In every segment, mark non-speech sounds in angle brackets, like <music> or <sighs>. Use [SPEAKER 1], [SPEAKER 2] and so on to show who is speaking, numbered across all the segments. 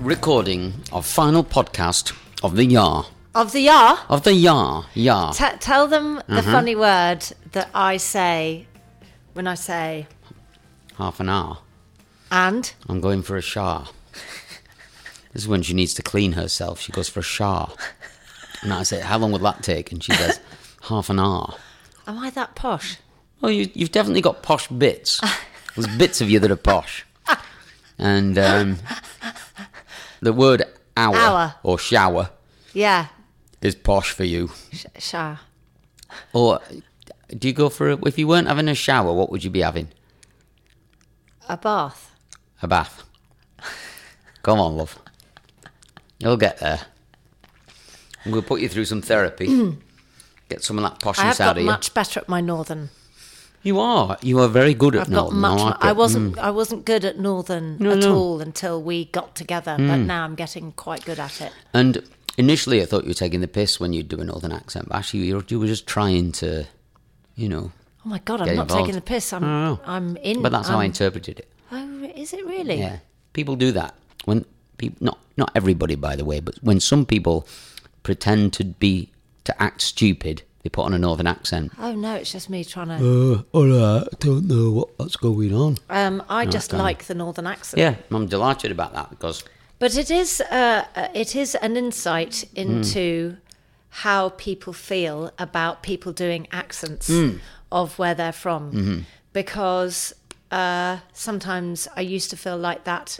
[SPEAKER 1] recording of final podcast of the Yar.
[SPEAKER 2] Of the yar,
[SPEAKER 1] Of the Mm-hmm. Yar. Yar.
[SPEAKER 2] T- tell them the funny word that I say when I say
[SPEAKER 1] Half an hour.
[SPEAKER 2] and.
[SPEAKER 1] I'm going for a shower. this is when she needs to clean herself. She goes for a shower. And I say, How long would that take? And she says, Half an hour.
[SPEAKER 2] Am I that posh?
[SPEAKER 1] Well, you, you've definitely got posh bits. There's bits of you that are posh. And um, the word hour,
[SPEAKER 2] Hour.
[SPEAKER 1] or shower
[SPEAKER 2] Yeah,
[SPEAKER 1] is posh for you.
[SPEAKER 2] Sh- Shah.
[SPEAKER 1] Or do you go for a, if you weren't having a shower, what would you be having?
[SPEAKER 2] A bath.
[SPEAKER 1] a bath. Come on, love. You'll get there. I'm going to put you through some therapy. get some of that
[SPEAKER 2] Mm. I have
[SPEAKER 1] poshness out
[SPEAKER 2] got
[SPEAKER 1] of you.
[SPEAKER 2] much better at my northern.
[SPEAKER 1] You are. You are very good at
[SPEAKER 2] I've got
[SPEAKER 1] Northern.
[SPEAKER 2] much.
[SPEAKER 1] I,
[SPEAKER 2] mo-
[SPEAKER 1] like
[SPEAKER 2] I
[SPEAKER 1] it.
[SPEAKER 2] wasn't. I wasn't good at northern
[SPEAKER 1] No,
[SPEAKER 2] at
[SPEAKER 1] no. Mm.
[SPEAKER 2] all until we got together. But now I'm getting quite good at it.
[SPEAKER 1] And initially, I thought you were taking the piss when you do a Northern accent, but actually, you were- you were just trying to, you know.
[SPEAKER 2] Oh my god! I'm
[SPEAKER 1] Get
[SPEAKER 2] not
[SPEAKER 1] involved.
[SPEAKER 2] taking the piss. I'm.
[SPEAKER 1] No, no.
[SPEAKER 2] I'm in.
[SPEAKER 1] But that's how I
[SPEAKER 2] I'm-
[SPEAKER 1] interpreted it.
[SPEAKER 2] Oh, re- is it really?
[SPEAKER 1] Yeah, people do that when people not not everybody, by the way, but when some people pretend to be to act stupid, they put on a Northern accent.
[SPEAKER 2] Oh no! It's just me trying to.
[SPEAKER 1] Uh, all right, I don't know what that's going on.
[SPEAKER 2] Um, I just
[SPEAKER 1] don't know.
[SPEAKER 2] like the northern accent.
[SPEAKER 1] Yeah, I'm delighted about that because
[SPEAKER 2] But it is uh, uh, it is an insight into how people feel about people doing accents of where they're from, because uh, sometimes I used to feel like that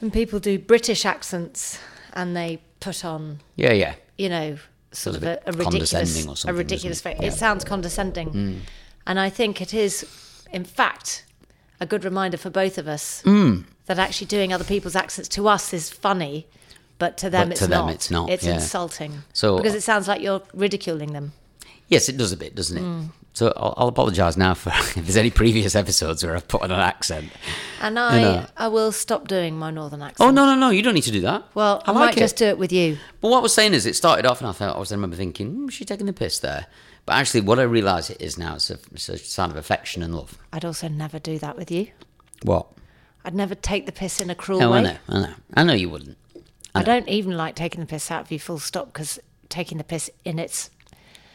[SPEAKER 2] when people do British accents and they put on
[SPEAKER 1] yeah, yeah,
[SPEAKER 2] you know, sort
[SPEAKER 1] Sounds
[SPEAKER 2] of
[SPEAKER 1] a
[SPEAKER 2] a,
[SPEAKER 1] bit
[SPEAKER 2] a ridiculous,
[SPEAKER 1] condescending or
[SPEAKER 2] a
[SPEAKER 1] something,
[SPEAKER 2] ridiculous
[SPEAKER 1] doesn't
[SPEAKER 2] face.
[SPEAKER 1] it?
[SPEAKER 2] It
[SPEAKER 1] Yeah. Mm.
[SPEAKER 2] sounds condescending, and I think it is, in fact, a good reminder for both of us
[SPEAKER 1] Mm.
[SPEAKER 2] that actually doing other people's accents to us is funny, but to them,
[SPEAKER 1] But
[SPEAKER 2] it's,
[SPEAKER 1] to them
[SPEAKER 2] not.
[SPEAKER 1] it's not,
[SPEAKER 2] It's
[SPEAKER 1] yeah.
[SPEAKER 2] insulting.
[SPEAKER 1] So- uh,
[SPEAKER 2] because it sounds like you're ridiculing them.
[SPEAKER 1] yes, it does a bit, doesn't it?
[SPEAKER 2] Mm.
[SPEAKER 1] So I'll, I'll apologise now for <laughs> if there's any previous episodes where I've put on an accent.
[SPEAKER 2] And I,
[SPEAKER 1] know.
[SPEAKER 2] I will stop doing my northern accent.
[SPEAKER 1] Oh no, no, no! You don't need to do that.
[SPEAKER 2] Well, I, might just do it with you.
[SPEAKER 1] But what I was saying is, it started off, and I thought I was I remember thinking, hmm, "She's taking the piss there." But actually, what I realise it is now, it's a, it's a sign of affection and love.
[SPEAKER 2] I'd also never do that with you.
[SPEAKER 1] What?
[SPEAKER 2] I'd never take the piss in a cruel
[SPEAKER 1] Oh,
[SPEAKER 2] way.
[SPEAKER 1] I know, I know, I know you wouldn't.
[SPEAKER 2] I don't even like taking the piss out of you, full stop, because taking the piss in its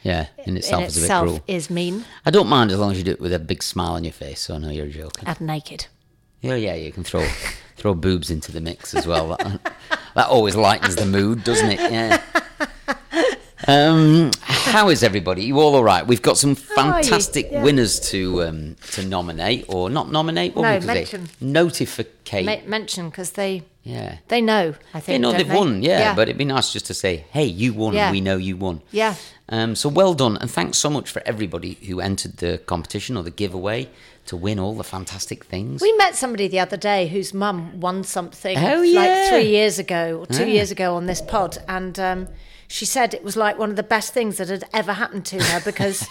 [SPEAKER 1] Yeah, in itself
[SPEAKER 2] in
[SPEAKER 1] is a bit
[SPEAKER 2] itself
[SPEAKER 1] cruel.
[SPEAKER 2] is mean
[SPEAKER 1] I don't mind as long as you do it with a big smile on your face. So I know you're joking.
[SPEAKER 2] and naked.
[SPEAKER 1] Yeah, yeah, you can throw throw boobs into the mix as well. That, that always lightens the mood, doesn't it? Yeah. Um, how is everybody? You all all right? We've got some
[SPEAKER 2] are you?
[SPEAKER 1] fantastic
[SPEAKER 2] Yeah.
[SPEAKER 1] winners to um, to nominate, or not nominate. What
[SPEAKER 2] No,
[SPEAKER 1] would you say?
[SPEAKER 2] mention.
[SPEAKER 1] Notificate.
[SPEAKER 2] Ma- mention because they
[SPEAKER 1] yeah.
[SPEAKER 2] they know. I think
[SPEAKER 1] They know
[SPEAKER 2] don't
[SPEAKER 1] they've won, yeah,
[SPEAKER 2] yeah.
[SPEAKER 1] but it'd be nice just to say, hey, you won,
[SPEAKER 2] Yeah.
[SPEAKER 1] we know you won.
[SPEAKER 2] Yeah.
[SPEAKER 1] Um, so well done, and thanks so much for everybody who entered the competition or the giveaway to win all the fantastic things.
[SPEAKER 2] we met somebody the other day whose mum won something
[SPEAKER 1] Oh, yeah. Ah.
[SPEAKER 2] like three years ago or two
[SPEAKER 1] Yeah.
[SPEAKER 2] years ago on this pod, and um, she said it was like one of the best things that had ever happened to her
[SPEAKER 1] <laughs>
[SPEAKER 2] because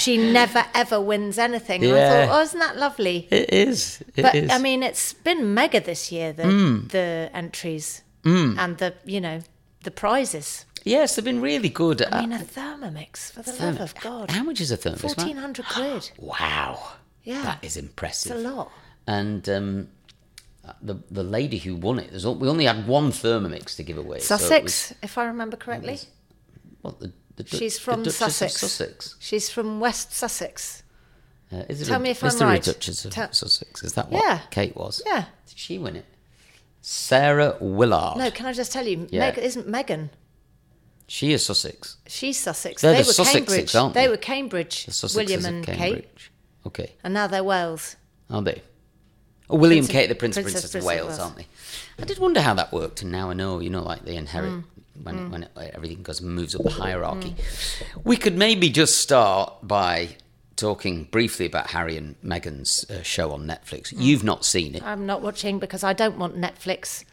[SPEAKER 2] she never ever wins anything. And I
[SPEAKER 1] Yeah.
[SPEAKER 2] thought, oh, isn't that lovely?
[SPEAKER 1] It is. It is. Hmm.
[SPEAKER 2] but I mean, it's been mega this year the the entries and the you know the prizes.
[SPEAKER 1] Yes, they've been really good.
[SPEAKER 2] I
[SPEAKER 1] Uh,
[SPEAKER 2] mean, a Thermomix, for the love of God.
[SPEAKER 1] How much is a thermos? Matt?
[SPEAKER 2] 1400
[SPEAKER 1] <gasps>
[SPEAKER 2] quid.
[SPEAKER 1] Wow.
[SPEAKER 2] Yeah.
[SPEAKER 1] That is
[SPEAKER 2] It's a
[SPEAKER 1] impressive.
[SPEAKER 2] lot.
[SPEAKER 1] And um, the the lady who won it, there's, al- we only had one Thermomix to give away. so it
[SPEAKER 2] Sussex, if I remember correctly.
[SPEAKER 1] was- what, the, the Du-
[SPEAKER 2] She's
[SPEAKER 1] the
[SPEAKER 2] from
[SPEAKER 1] Duchess of
[SPEAKER 2] Sussex.
[SPEAKER 1] Sussex.
[SPEAKER 2] She's from West Sussex.
[SPEAKER 1] Uh, is it
[SPEAKER 2] Tell
[SPEAKER 1] a,
[SPEAKER 2] me if
[SPEAKER 1] is
[SPEAKER 2] I'm
[SPEAKER 1] there
[SPEAKER 2] right.
[SPEAKER 1] a Duchess of
[SPEAKER 2] Tell-
[SPEAKER 1] Sussex? Is that what
[SPEAKER 2] Yeah.
[SPEAKER 1] Kate was?
[SPEAKER 2] Yeah.
[SPEAKER 1] Did she win it? Sarah Willard.
[SPEAKER 2] No, can I just tell you,
[SPEAKER 1] Yeah.
[SPEAKER 2] Meg, isn't Megan?
[SPEAKER 1] She is Sussex.
[SPEAKER 2] She's Sussex.
[SPEAKER 1] They're
[SPEAKER 2] they
[SPEAKER 1] the
[SPEAKER 2] were
[SPEAKER 1] Sussexes,
[SPEAKER 2] Cambridge.
[SPEAKER 1] aren't they?
[SPEAKER 2] were Cambridge,
[SPEAKER 1] The Sussexes
[SPEAKER 2] William
[SPEAKER 1] of
[SPEAKER 2] and Kate.
[SPEAKER 1] Cambridge. Okay.
[SPEAKER 2] And now they're Wales.
[SPEAKER 1] Are they? Oh, William
[SPEAKER 2] Prince of-
[SPEAKER 1] Kate, the Prince, and
[SPEAKER 2] Princess-
[SPEAKER 1] Princess,
[SPEAKER 2] Prince
[SPEAKER 1] of
[SPEAKER 2] of
[SPEAKER 1] Wales,
[SPEAKER 2] Wales.
[SPEAKER 1] aren't they? I did wonder how that worked, and now I know. You know, like they inherit
[SPEAKER 2] Mm.
[SPEAKER 1] when when Mm. it, everything goes moves up the hierarchy. We could maybe just start by talking briefly about Harry and Meghan's uh, show on Netflix.
[SPEAKER 2] Mm.
[SPEAKER 1] You've not seen it.
[SPEAKER 2] I'm not watching because I don't want Netflix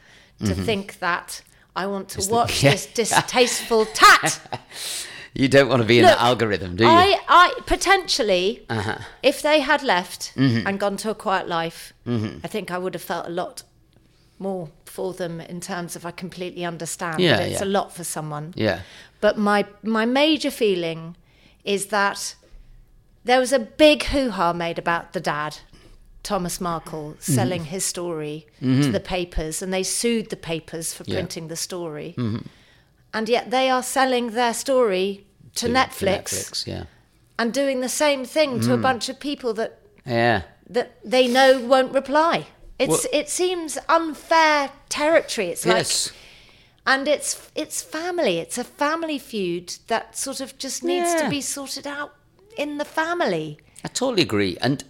[SPEAKER 2] to think that I want to watch
[SPEAKER 1] Mm-hmm. <laughs> yeah.
[SPEAKER 2] this distasteful
[SPEAKER 1] <laughs>
[SPEAKER 2] tat.
[SPEAKER 1] You don't want to be in
[SPEAKER 2] Look,
[SPEAKER 1] the algorithm, do you? Uh-huh.
[SPEAKER 2] I, I potentially, if they had left
[SPEAKER 1] Mm-hmm.
[SPEAKER 2] and gone to a quiet life, I think I would have felt a lot more for them in terms of I completely understand
[SPEAKER 1] Yeah,
[SPEAKER 2] that it's
[SPEAKER 1] yeah.
[SPEAKER 2] a lot for someone.
[SPEAKER 1] yeah.
[SPEAKER 2] But my my major feeling is that there was a big hoo ha made about the dad, Thomas Markle,
[SPEAKER 1] Mm-hmm.
[SPEAKER 2] selling his story to the papers, and they sued the papers for
[SPEAKER 1] Yeah. Mm-hmm.
[SPEAKER 2] printing the story. And yet they are selling their story to,
[SPEAKER 1] To- to
[SPEAKER 2] Netflix,
[SPEAKER 1] Netflix, yeah.
[SPEAKER 2] and doing the same thing
[SPEAKER 1] Hmm.
[SPEAKER 2] to a bunch of people that
[SPEAKER 1] Yeah.
[SPEAKER 2] that they know won't reply. It's
[SPEAKER 1] Well-
[SPEAKER 2] it seems unfair territory. It's like
[SPEAKER 1] yes.
[SPEAKER 2] and it's it's family. It's a family feud that sort of just needs
[SPEAKER 1] Yeah.
[SPEAKER 2] to be sorted out in the family.
[SPEAKER 1] I totally agree. And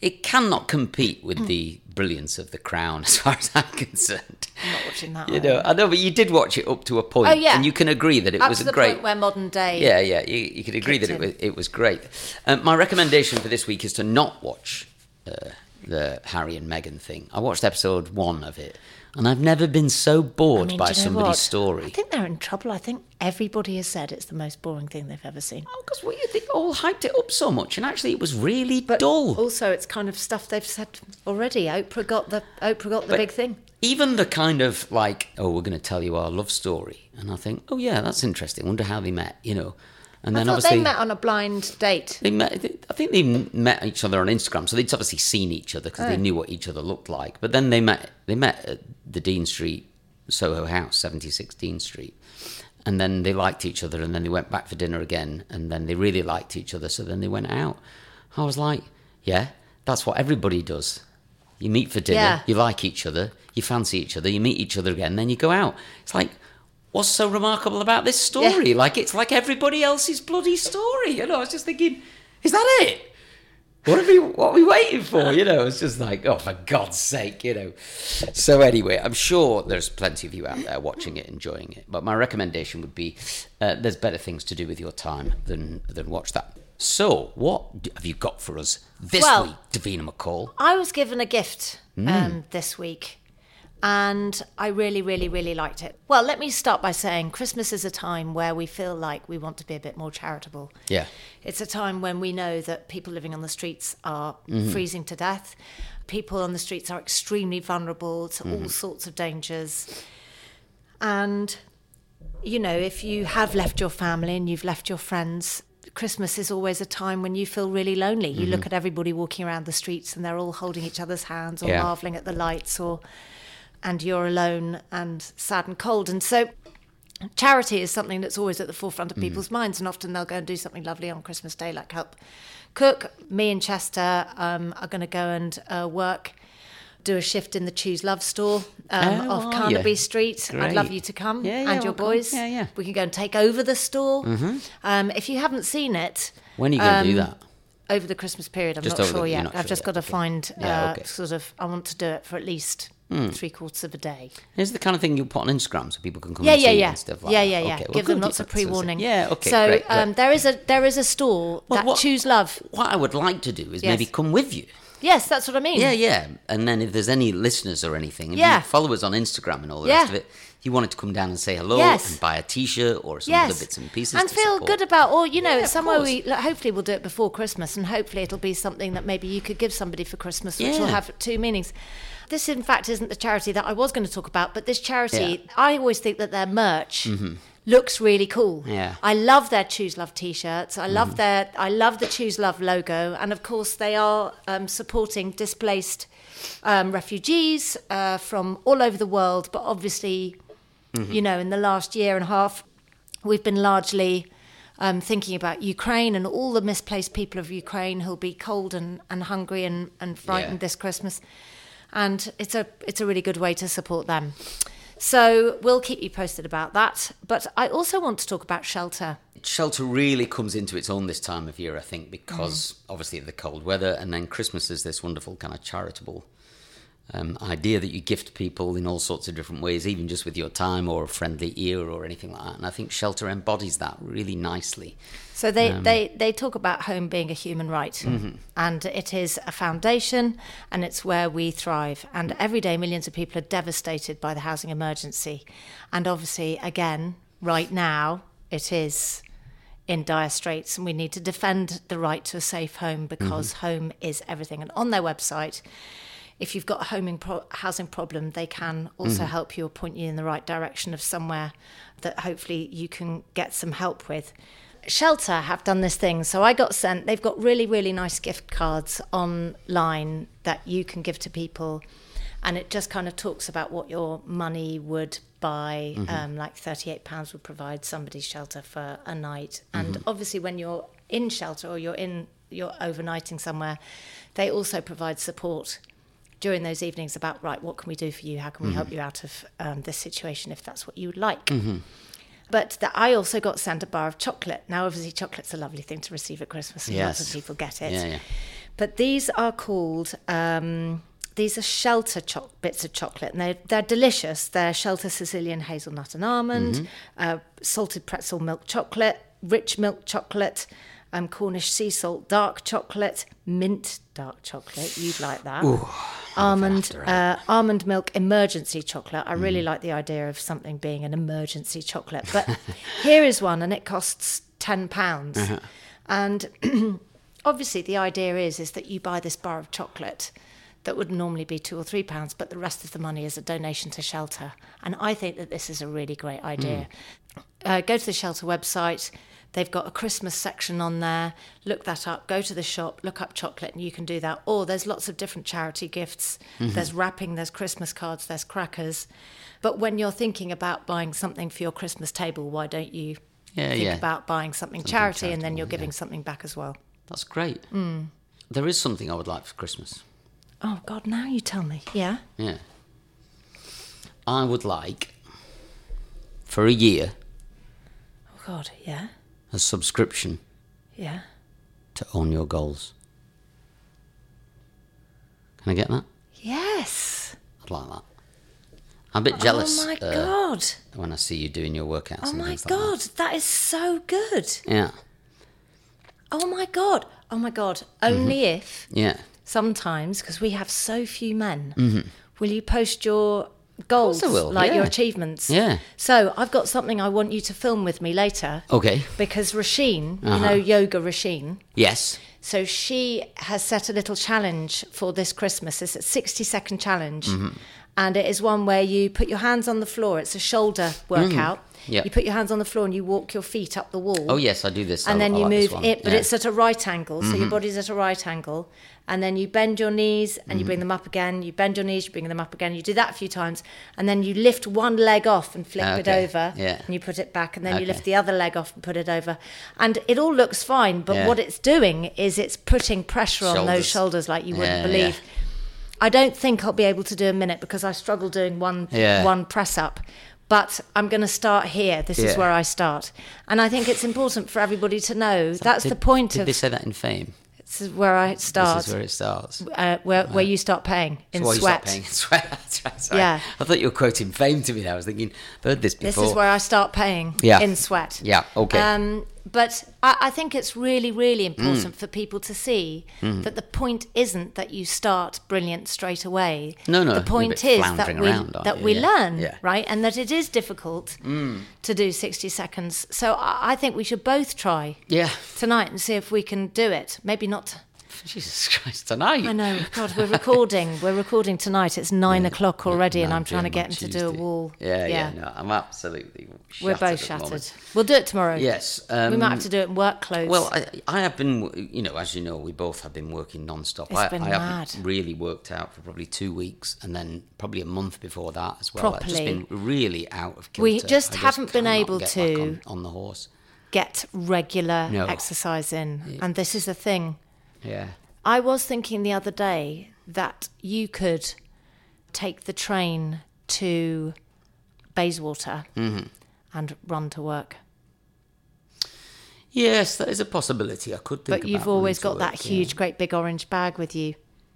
[SPEAKER 1] it cannot compete
[SPEAKER 2] Mm.
[SPEAKER 1] with the brilliance of The Crown, <laughs> as far as I'm concerned.
[SPEAKER 2] I'm not watching that.
[SPEAKER 1] You know, I know, but you did watch it up to a point,
[SPEAKER 2] Oh, yeah.
[SPEAKER 1] and you can agree that it
[SPEAKER 2] up
[SPEAKER 1] was
[SPEAKER 2] to
[SPEAKER 1] a
[SPEAKER 2] the
[SPEAKER 1] great.
[SPEAKER 2] point where modern day.
[SPEAKER 1] yeah, yeah, you, you could agree that it
[SPEAKER 2] Kicked in.
[SPEAKER 1] was, it was great. Um, my recommendation for this week is to not watch uh, the Harry and Meghan thing. I watched episode one of it, and I've never been so bored
[SPEAKER 2] I mean,
[SPEAKER 1] by
[SPEAKER 2] do you know
[SPEAKER 1] somebody's
[SPEAKER 2] what?
[SPEAKER 1] story.
[SPEAKER 2] I think they're in trouble. I think everybody has said it's the most boring thing they've ever seen.
[SPEAKER 1] Because well, you- they all hyped it up so much, and actually, it was really dull.
[SPEAKER 2] Also, it's kind of stuff they've said already. Oprah got the Oprah got the big thing.
[SPEAKER 1] Even the kind of like, oh, we're going to tell you our love story, and I think, oh yeah, that's interesting. Wonder how they met, you know. And
[SPEAKER 2] I
[SPEAKER 1] then
[SPEAKER 2] thought
[SPEAKER 1] obviously
[SPEAKER 2] they met on a blind date.
[SPEAKER 1] They met. they- I think they met each other on Instagram, so they'd obviously seen each other because they knew what each other looked like. But then they met. They met at the Dean Street Soho house, seventy six Dean Street, and then they liked each other, and then they went back for dinner again, and then they really liked each other, so then they went out. I was like, yeah, that's what everybody does. You meet for dinner,
[SPEAKER 2] Yeah.
[SPEAKER 1] you like each other, you fancy each other, you meet each other again, then you go out. It's like. What's so remarkable about this story? Like it's like everybody else's bloody story. You know, I was just thinking, is that it? What are we what are we waiting for? You know, it's just like, oh for God's sake, you know. So anyway, I'm sure there's plenty of you out there watching it, enjoying it. But my recommendation would be uh, there's better things to do with your time than than watch that. So, what d- have you got for us this
[SPEAKER 2] Well-
[SPEAKER 1] week, Davina McCall?
[SPEAKER 2] I was given a gift
[SPEAKER 1] Hmm.
[SPEAKER 2] um, this week, and I really, really, really liked it. Well, let me start by saying Christmas is a time where we feel like we want to be a bit more charitable.
[SPEAKER 1] Yeah.
[SPEAKER 2] It's a time when we know that people living on the streets are freezing to death. People on the streets are extremely vulnerable to all sorts of dangers. And, you know, if you have left your family and you've left your friends, Christmas is always a time when you feel really lonely. You look at everybody walking around the streets and they're all holding each other's hands or
[SPEAKER 1] Yeah.
[SPEAKER 2] marveling at the lights or and you're alone and sad and cold. And so charity is something that's always at the forefront of
[SPEAKER 1] Mm.
[SPEAKER 2] people's minds, and often they'll go and do something lovely on Christmas Day, like help cook. Me and Chester um, are going to go and uh, work, do a shift in the Choose Love store um,
[SPEAKER 1] Oh,
[SPEAKER 2] off
[SPEAKER 1] are
[SPEAKER 2] Carnaby
[SPEAKER 1] you?
[SPEAKER 2] Street. I'd love
[SPEAKER 1] Great.
[SPEAKER 2] you to come
[SPEAKER 1] Yeah, yeah,
[SPEAKER 2] and your
[SPEAKER 1] I'll come.
[SPEAKER 2] boys.
[SPEAKER 1] Yeah, yeah.
[SPEAKER 2] We can go and take over the store. Um, if you haven't seen it,
[SPEAKER 1] When are you gonna do
[SPEAKER 2] um,
[SPEAKER 1] that?
[SPEAKER 2] over the Christmas period. I'm
[SPEAKER 1] Just
[SPEAKER 2] not
[SPEAKER 1] over the-
[SPEAKER 2] sure
[SPEAKER 1] you're
[SPEAKER 2] yet.
[SPEAKER 1] not
[SPEAKER 2] I've
[SPEAKER 1] sure
[SPEAKER 2] just
[SPEAKER 1] yet,
[SPEAKER 2] got to
[SPEAKER 1] okay.
[SPEAKER 2] find
[SPEAKER 1] Yeah,
[SPEAKER 2] uh,
[SPEAKER 1] okay. Hmm.
[SPEAKER 2] sort of. I want to do it for at least three quarters of a day.
[SPEAKER 1] Is the kind of thing you put on Instagram so people can come
[SPEAKER 2] Yeah,
[SPEAKER 1] and
[SPEAKER 2] yeah,
[SPEAKER 1] see
[SPEAKER 2] yeah,
[SPEAKER 1] and stuff like
[SPEAKER 2] yeah,
[SPEAKER 1] that.
[SPEAKER 2] yeah, yeah.
[SPEAKER 1] Okay, well,
[SPEAKER 2] Give them
[SPEAKER 1] good,
[SPEAKER 2] lots of
[SPEAKER 1] that's- that's it.
[SPEAKER 2] pre-warning.
[SPEAKER 1] Yeah, okay.
[SPEAKER 2] So
[SPEAKER 1] great,
[SPEAKER 2] um,
[SPEAKER 1] look.
[SPEAKER 2] there is a there is a store
[SPEAKER 1] Well,
[SPEAKER 2] that
[SPEAKER 1] what-
[SPEAKER 2] choose love.
[SPEAKER 1] What I would like to do is
[SPEAKER 2] Yes.
[SPEAKER 1] maybe come with you.
[SPEAKER 2] Yes, that's what I mean.
[SPEAKER 1] Yeah, yeah. And then if there's any listeners or anything, if
[SPEAKER 2] Yeah.
[SPEAKER 1] you follow us on Instagram and all the
[SPEAKER 2] Yeah.
[SPEAKER 1] rest of it, you wanted to come down and say hello
[SPEAKER 2] Yes.
[SPEAKER 1] and buy a T-shirt or some
[SPEAKER 2] Yes,
[SPEAKER 1] other bits and pieces,
[SPEAKER 2] and
[SPEAKER 1] to
[SPEAKER 2] feel
[SPEAKER 1] support.
[SPEAKER 2] good about, or you know,
[SPEAKER 1] Yeah,
[SPEAKER 2] it's
[SPEAKER 1] of
[SPEAKER 2] somewhere
[SPEAKER 1] course.
[SPEAKER 2] we like, hopefully we'll do it before Christmas, and hopefully it'll be something that maybe you could give somebody for Christmas, which will
[SPEAKER 1] Yeah.
[SPEAKER 2] have two meanings. This, in fact, isn't the charity that I was going to talk about, but this charity,
[SPEAKER 1] Yeah. Mm-hmm.
[SPEAKER 2] I always think that their merch looks really cool.
[SPEAKER 1] Yeah. Mm-hmm.
[SPEAKER 2] I love their Choose Love T-shirts. I love their, I love the Choose Love logo, and of course they are um, supporting displaced um, refugees uh, from all over the world, but obviously you know, in the last year and a half, we've been largely um, thinking about Ukraine and all the misplaced people of Ukraine who'll be cold and, and hungry and, and frightened
[SPEAKER 1] Yeah.
[SPEAKER 2] this Christmas. And it's a it's a really good way to support them. So we'll keep you posted about that. But I also want to talk about shelter.
[SPEAKER 1] Shelter really comes into its own this time of year, I
[SPEAKER 2] Mm.
[SPEAKER 1] think, because obviously of the cold weather, and then Christmas is this wonderful kind of charitable um, idea that you gift people in all sorts of different ways, even just with your time or a friendly ear or anything like that. And I think shelter embodies that really nicely.
[SPEAKER 2] So they, they, they talk about home being a human right, and it is a foundation, and it's where we thrive. And every day, millions of people are devastated by the housing emergency, and obviously, again, right now, it is in dire straits, and we need to defend the right to a safe home because home is everything. And on their website, if you've got a homing pro- housing problem, they can also help you or point you in the right direction of somewhere that hopefully you can get some help with. Shelter have done this thing. So I got sent, they've got really, really nice gift cards online that you can give to people. And it just kind of talks about what your money would buy.
[SPEAKER 1] Mm-hmm.
[SPEAKER 2] Um, like £38 would provide somebody's shelter for a night.
[SPEAKER 1] Mm-hmm.
[SPEAKER 2] And obviously, when you're in shelter or you're in, you're overnighting somewhere, they also provide support during those evenings about right what can we do for you how can
[SPEAKER 1] Mm-hmm.
[SPEAKER 2] we help you out of um, this situation if that's what you would like but that i also got sent a bar of chocolate now obviously chocolate's a lovely thing to receive at christmas and lots
[SPEAKER 1] Yes.
[SPEAKER 2] of people get it
[SPEAKER 1] Yeah, yeah.
[SPEAKER 2] but these are called um, these are shelter cho- bits of chocolate and they're, they're delicious they're shelter sicilian hazelnut and almond uh, salted pretzel milk chocolate rich milk chocolate um, cornish sea salt dark chocolate mint dark chocolate you'd like that almond uh, almond milk emergency chocolate. I really like the idea of something being an emergency chocolate. But <laughs> here is one, and it costs ten pounds. And obviously, the idea is is that you buy this bar of chocolate that would normally be two or three pounds, but the rest of the money is a donation to shelter. And I think that this is a really great idea. Uh, go to the shelter website. They've got a Christmas section on there. Look that up. Go to the shop, look up chocolate, and you can do that. Or there's lots of different charity gifts. There's wrapping, there's Christmas cards, there's crackers. But when you're thinking about buying something for your Christmas table, why don't you
[SPEAKER 1] Yeah,
[SPEAKER 2] think
[SPEAKER 1] yeah.
[SPEAKER 2] about buying something, charity and then you're giving something back as well?
[SPEAKER 1] That's great.
[SPEAKER 2] Mm.
[SPEAKER 1] There is something I would like for Christmas.
[SPEAKER 2] Oh God! Now you tell me. Yeah.
[SPEAKER 1] Yeah. I would like for a year
[SPEAKER 2] Oh God! Yeah.
[SPEAKER 1] a subscription
[SPEAKER 2] Yeah.
[SPEAKER 1] to Own Your Goals. Can I get that?
[SPEAKER 2] Yes.
[SPEAKER 1] I'd like that. I'm a bit jealous
[SPEAKER 2] oh my
[SPEAKER 1] uh,
[SPEAKER 2] God!
[SPEAKER 1] when I see you doing your workouts.
[SPEAKER 2] Oh
[SPEAKER 1] and
[SPEAKER 2] my
[SPEAKER 1] things like
[SPEAKER 2] God! that is so good.
[SPEAKER 1] that. Yeah,
[SPEAKER 2] Oh my God! Oh my God!
[SPEAKER 1] Mm-hmm.
[SPEAKER 2] Only if
[SPEAKER 1] yeah.
[SPEAKER 2] sometimes, because we have so few men, will you post your goals,
[SPEAKER 1] Mm-hmm. I will,
[SPEAKER 2] like your
[SPEAKER 1] yeah.
[SPEAKER 2] achievements?
[SPEAKER 1] Yeah.
[SPEAKER 2] So I've got something I want you to film with me later.
[SPEAKER 1] Okay.
[SPEAKER 2] Because Rasheen,
[SPEAKER 1] Uh-huh.
[SPEAKER 2] you know, yoga Rasheen.
[SPEAKER 1] Yes.
[SPEAKER 2] So she has set a little challenge for this Christmas. It's a 60 second challenge.
[SPEAKER 1] Mm-hmm.
[SPEAKER 2] And it is one where you put your hands on the floor. It's a shoulder workout.
[SPEAKER 1] Mm-hmm. Yeah.
[SPEAKER 2] You put your hands on the floor and you walk your feet up the wall.
[SPEAKER 1] Oh yes, I do this.
[SPEAKER 2] And
[SPEAKER 1] I-
[SPEAKER 2] then
[SPEAKER 1] I
[SPEAKER 2] you
[SPEAKER 1] like this
[SPEAKER 2] move
[SPEAKER 1] one.
[SPEAKER 2] it, but
[SPEAKER 1] Yeah. Mm-hmm.
[SPEAKER 2] it's at a right angle. So your body's at a right angle. And then you bend your knees and
[SPEAKER 1] Mm-hmm.
[SPEAKER 2] you bring them up again. You bend your knees, you bring them up again. You do that a few times. And then you lift one leg off and flip it
[SPEAKER 1] Okay,
[SPEAKER 2] over.
[SPEAKER 1] yeah.
[SPEAKER 2] And you put it back. And then you
[SPEAKER 1] Okay.
[SPEAKER 2] lift the other leg off and put it over. And it all looks fine. But
[SPEAKER 1] Yeah.
[SPEAKER 2] what it's doing is it's putting pressure on those
[SPEAKER 1] Shoulders.
[SPEAKER 2] shoulders like you
[SPEAKER 1] Yeah,
[SPEAKER 2] wouldn't believe. I don't think I'll be able to do a minute because I struggle doing one
[SPEAKER 1] Yeah.
[SPEAKER 2] one press up. But I'm going to start here. This is
[SPEAKER 1] Yeah.
[SPEAKER 2] where I start, and I think it's important for everybody to know that's the
[SPEAKER 1] Did-
[SPEAKER 2] point
[SPEAKER 1] Did
[SPEAKER 2] of
[SPEAKER 1] they say that in Fame?
[SPEAKER 2] this is where I start,
[SPEAKER 1] This is where it starts.
[SPEAKER 2] uh, where, where you start paying in
[SPEAKER 1] Why you start
[SPEAKER 2] sweat.
[SPEAKER 1] paying <laughs> in sweat. That's right, sorry.
[SPEAKER 2] Yeah.
[SPEAKER 1] I thought you were quoting Fame to me. Now I was thinking, I've heard this
[SPEAKER 2] This
[SPEAKER 1] before.
[SPEAKER 2] is where I start paying
[SPEAKER 1] Yeah.
[SPEAKER 2] in sweat.
[SPEAKER 1] Yeah, okay. Mm.
[SPEAKER 2] Um, but I, I think it's really, really important for people to see
[SPEAKER 1] Mm-hmm.
[SPEAKER 2] that the point isn't that you start brilliant straight away.
[SPEAKER 1] No, no,
[SPEAKER 2] The
[SPEAKER 1] you're a
[SPEAKER 2] point
[SPEAKER 1] bit
[SPEAKER 2] is that
[SPEAKER 1] floundering
[SPEAKER 2] we
[SPEAKER 1] around, aren't
[SPEAKER 2] that
[SPEAKER 1] you?
[SPEAKER 2] we
[SPEAKER 1] Yeah,
[SPEAKER 2] learn,
[SPEAKER 1] yeah. Mm.
[SPEAKER 2] right, and that it is difficult to do sixty seconds. So I, I think we should both try
[SPEAKER 1] Yeah. <laughs>
[SPEAKER 2] tonight and see if we can do it. Maybe not.
[SPEAKER 1] Jesus Christ, tonight. <laughs>
[SPEAKER 2] I know. God, we're recording. We're recording tonight. It's nine o'clock already, and
[SPEAKER 1] No,
[SPEAKER 2] I'm trying to
[SPEAKER 1] doing
[SPEAKER 2] get
[SPEAKER 1] my
[SPEAKER 2] him to do a
[SPEAKER 1] Tuesday.
[SPEAKER 2] wall.
[SPEAKER 1] Yeah, yeah. no, I'm absolutely. Shattered
[SPEAKER 2] we're both
[SPEAKER 1] at the moment.
[SPEAKER 2] shattered. We'll do it tomorrow.
[SPEAKER 1] Yes. Um,
[SPEAKER 2] we might have to do it in work clothes.
[SPEAKER 1] Well, I, I have been, you know, as you know, we both have been working non-stop.
[SPEAKER 2] It's
[SPEAKER 1] I,
[SPEAKER 2] been
[SPEAKER 1] I
[SPEAKER 2] mad.
[SPEAKER 1] haven't really worked out for probably two weeks, and then probably a month before that as well. I've just
[SPEAKER 2] Properly.
[SPEAKER 1] been really out of kilter.
[SPEAKER 2] We
[SPEAKER 1] I
[SPEAKER 2] just haven't been
[SPEAKER 1] cannot
[SPEAKER 2] able
[SPEAKER 1] get back
[SPEAKER 2] to-
[SPEAKER 1] on, on the horse.
[SPEAKER 2] get regular
[SPEAKER 1] No.
[SPEAKER 2] exercise in, and this is the thing.
[SPEAKER 1] Yeah.
[SPEAKER 2] I was thinking the other day that you could take the train to Bayswater
[SPEAKER 1] Mm-hmm.
[SPEAKER 2] and run to work.
[SPEAKER 1] Yes, that is a possibility. I could think.
[SPEAKER 2] But you've
[SPEAKER 1] about
[SPEAKER 2] always got
[SPEAKER 1] running to
[SPEAKER 2] that
[SPEAKER 1] work,
[SPEAKER 2] huge, great big orange bag with you.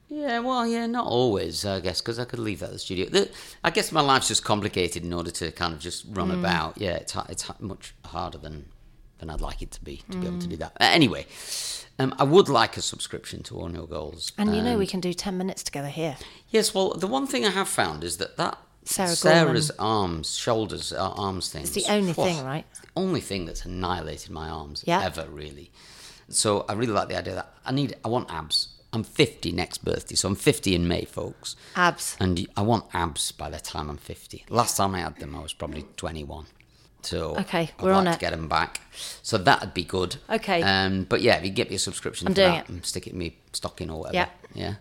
[SPEAKER 1] Yeah, well, yeah, not always, I guess, because I could leave that at the studio. The, I guess my life's just complicated in order to kind of just run
[SPEAKER 2] Mm.
[SPEAKER 1] about. Yeah, it's ha- it's ha- much harder than than I'd like it to be to be able to
[SPEAKER 2] Mm.
[SPEAKER 1] do that. Uh, anyway, um, I would like a subscription to All Your Goals.
[SPEAKER 2] And you
[SPEAKER 1] Um,
[SPEAKER 2] know we can do 10 minutes together here.
[SPEAKER 1] Yes, well, the one thing I have found is that that
[SPEAKER 2] Sarah
[SPEAKER 1] Sarah's arms, shoulders, uh, arms thing. It's
[SPEAKER 2] the only thing, right?
[SPEAKER 1] It's the only thing that's annihilated my arms
[SPEAKER 2] Yeah.
[SPEAKER 1] ever, really. So I really like the idea that I need, I want abs. I'm 50 next birthday, so I'm 50 in May, folks.
[SPEAKER 2] Abs.
[SPEAKER 1] And I want abs by the time I'm 50. Last time I had them, I was probably 21. So
[SPEAKER 2] Okay,
[SPEAKER 1] I'd
[SPEAKER 2] we're
[SPEAKER 1] like
[SPEAKER 2] on
[SPEAKER 1] to
[SPEAKER 2] it.
[SPEAKER 1] get them back. So that'd be good.
[SPEAKER 2] Okay.
[SPEAKER 1] Um, but yeah, if you get me a subscription,
[SPEAKER 2] I'm
[SPEAKER 1] for
[SPEAKER 2] doing
[SPEAKER 1] that
[SPEAKER 2] it.
[SPEAKER 1] and stick it in my stocking or whatever.
[SPEAKER 2] Yeah.
[SPEAKER 1] Yeah.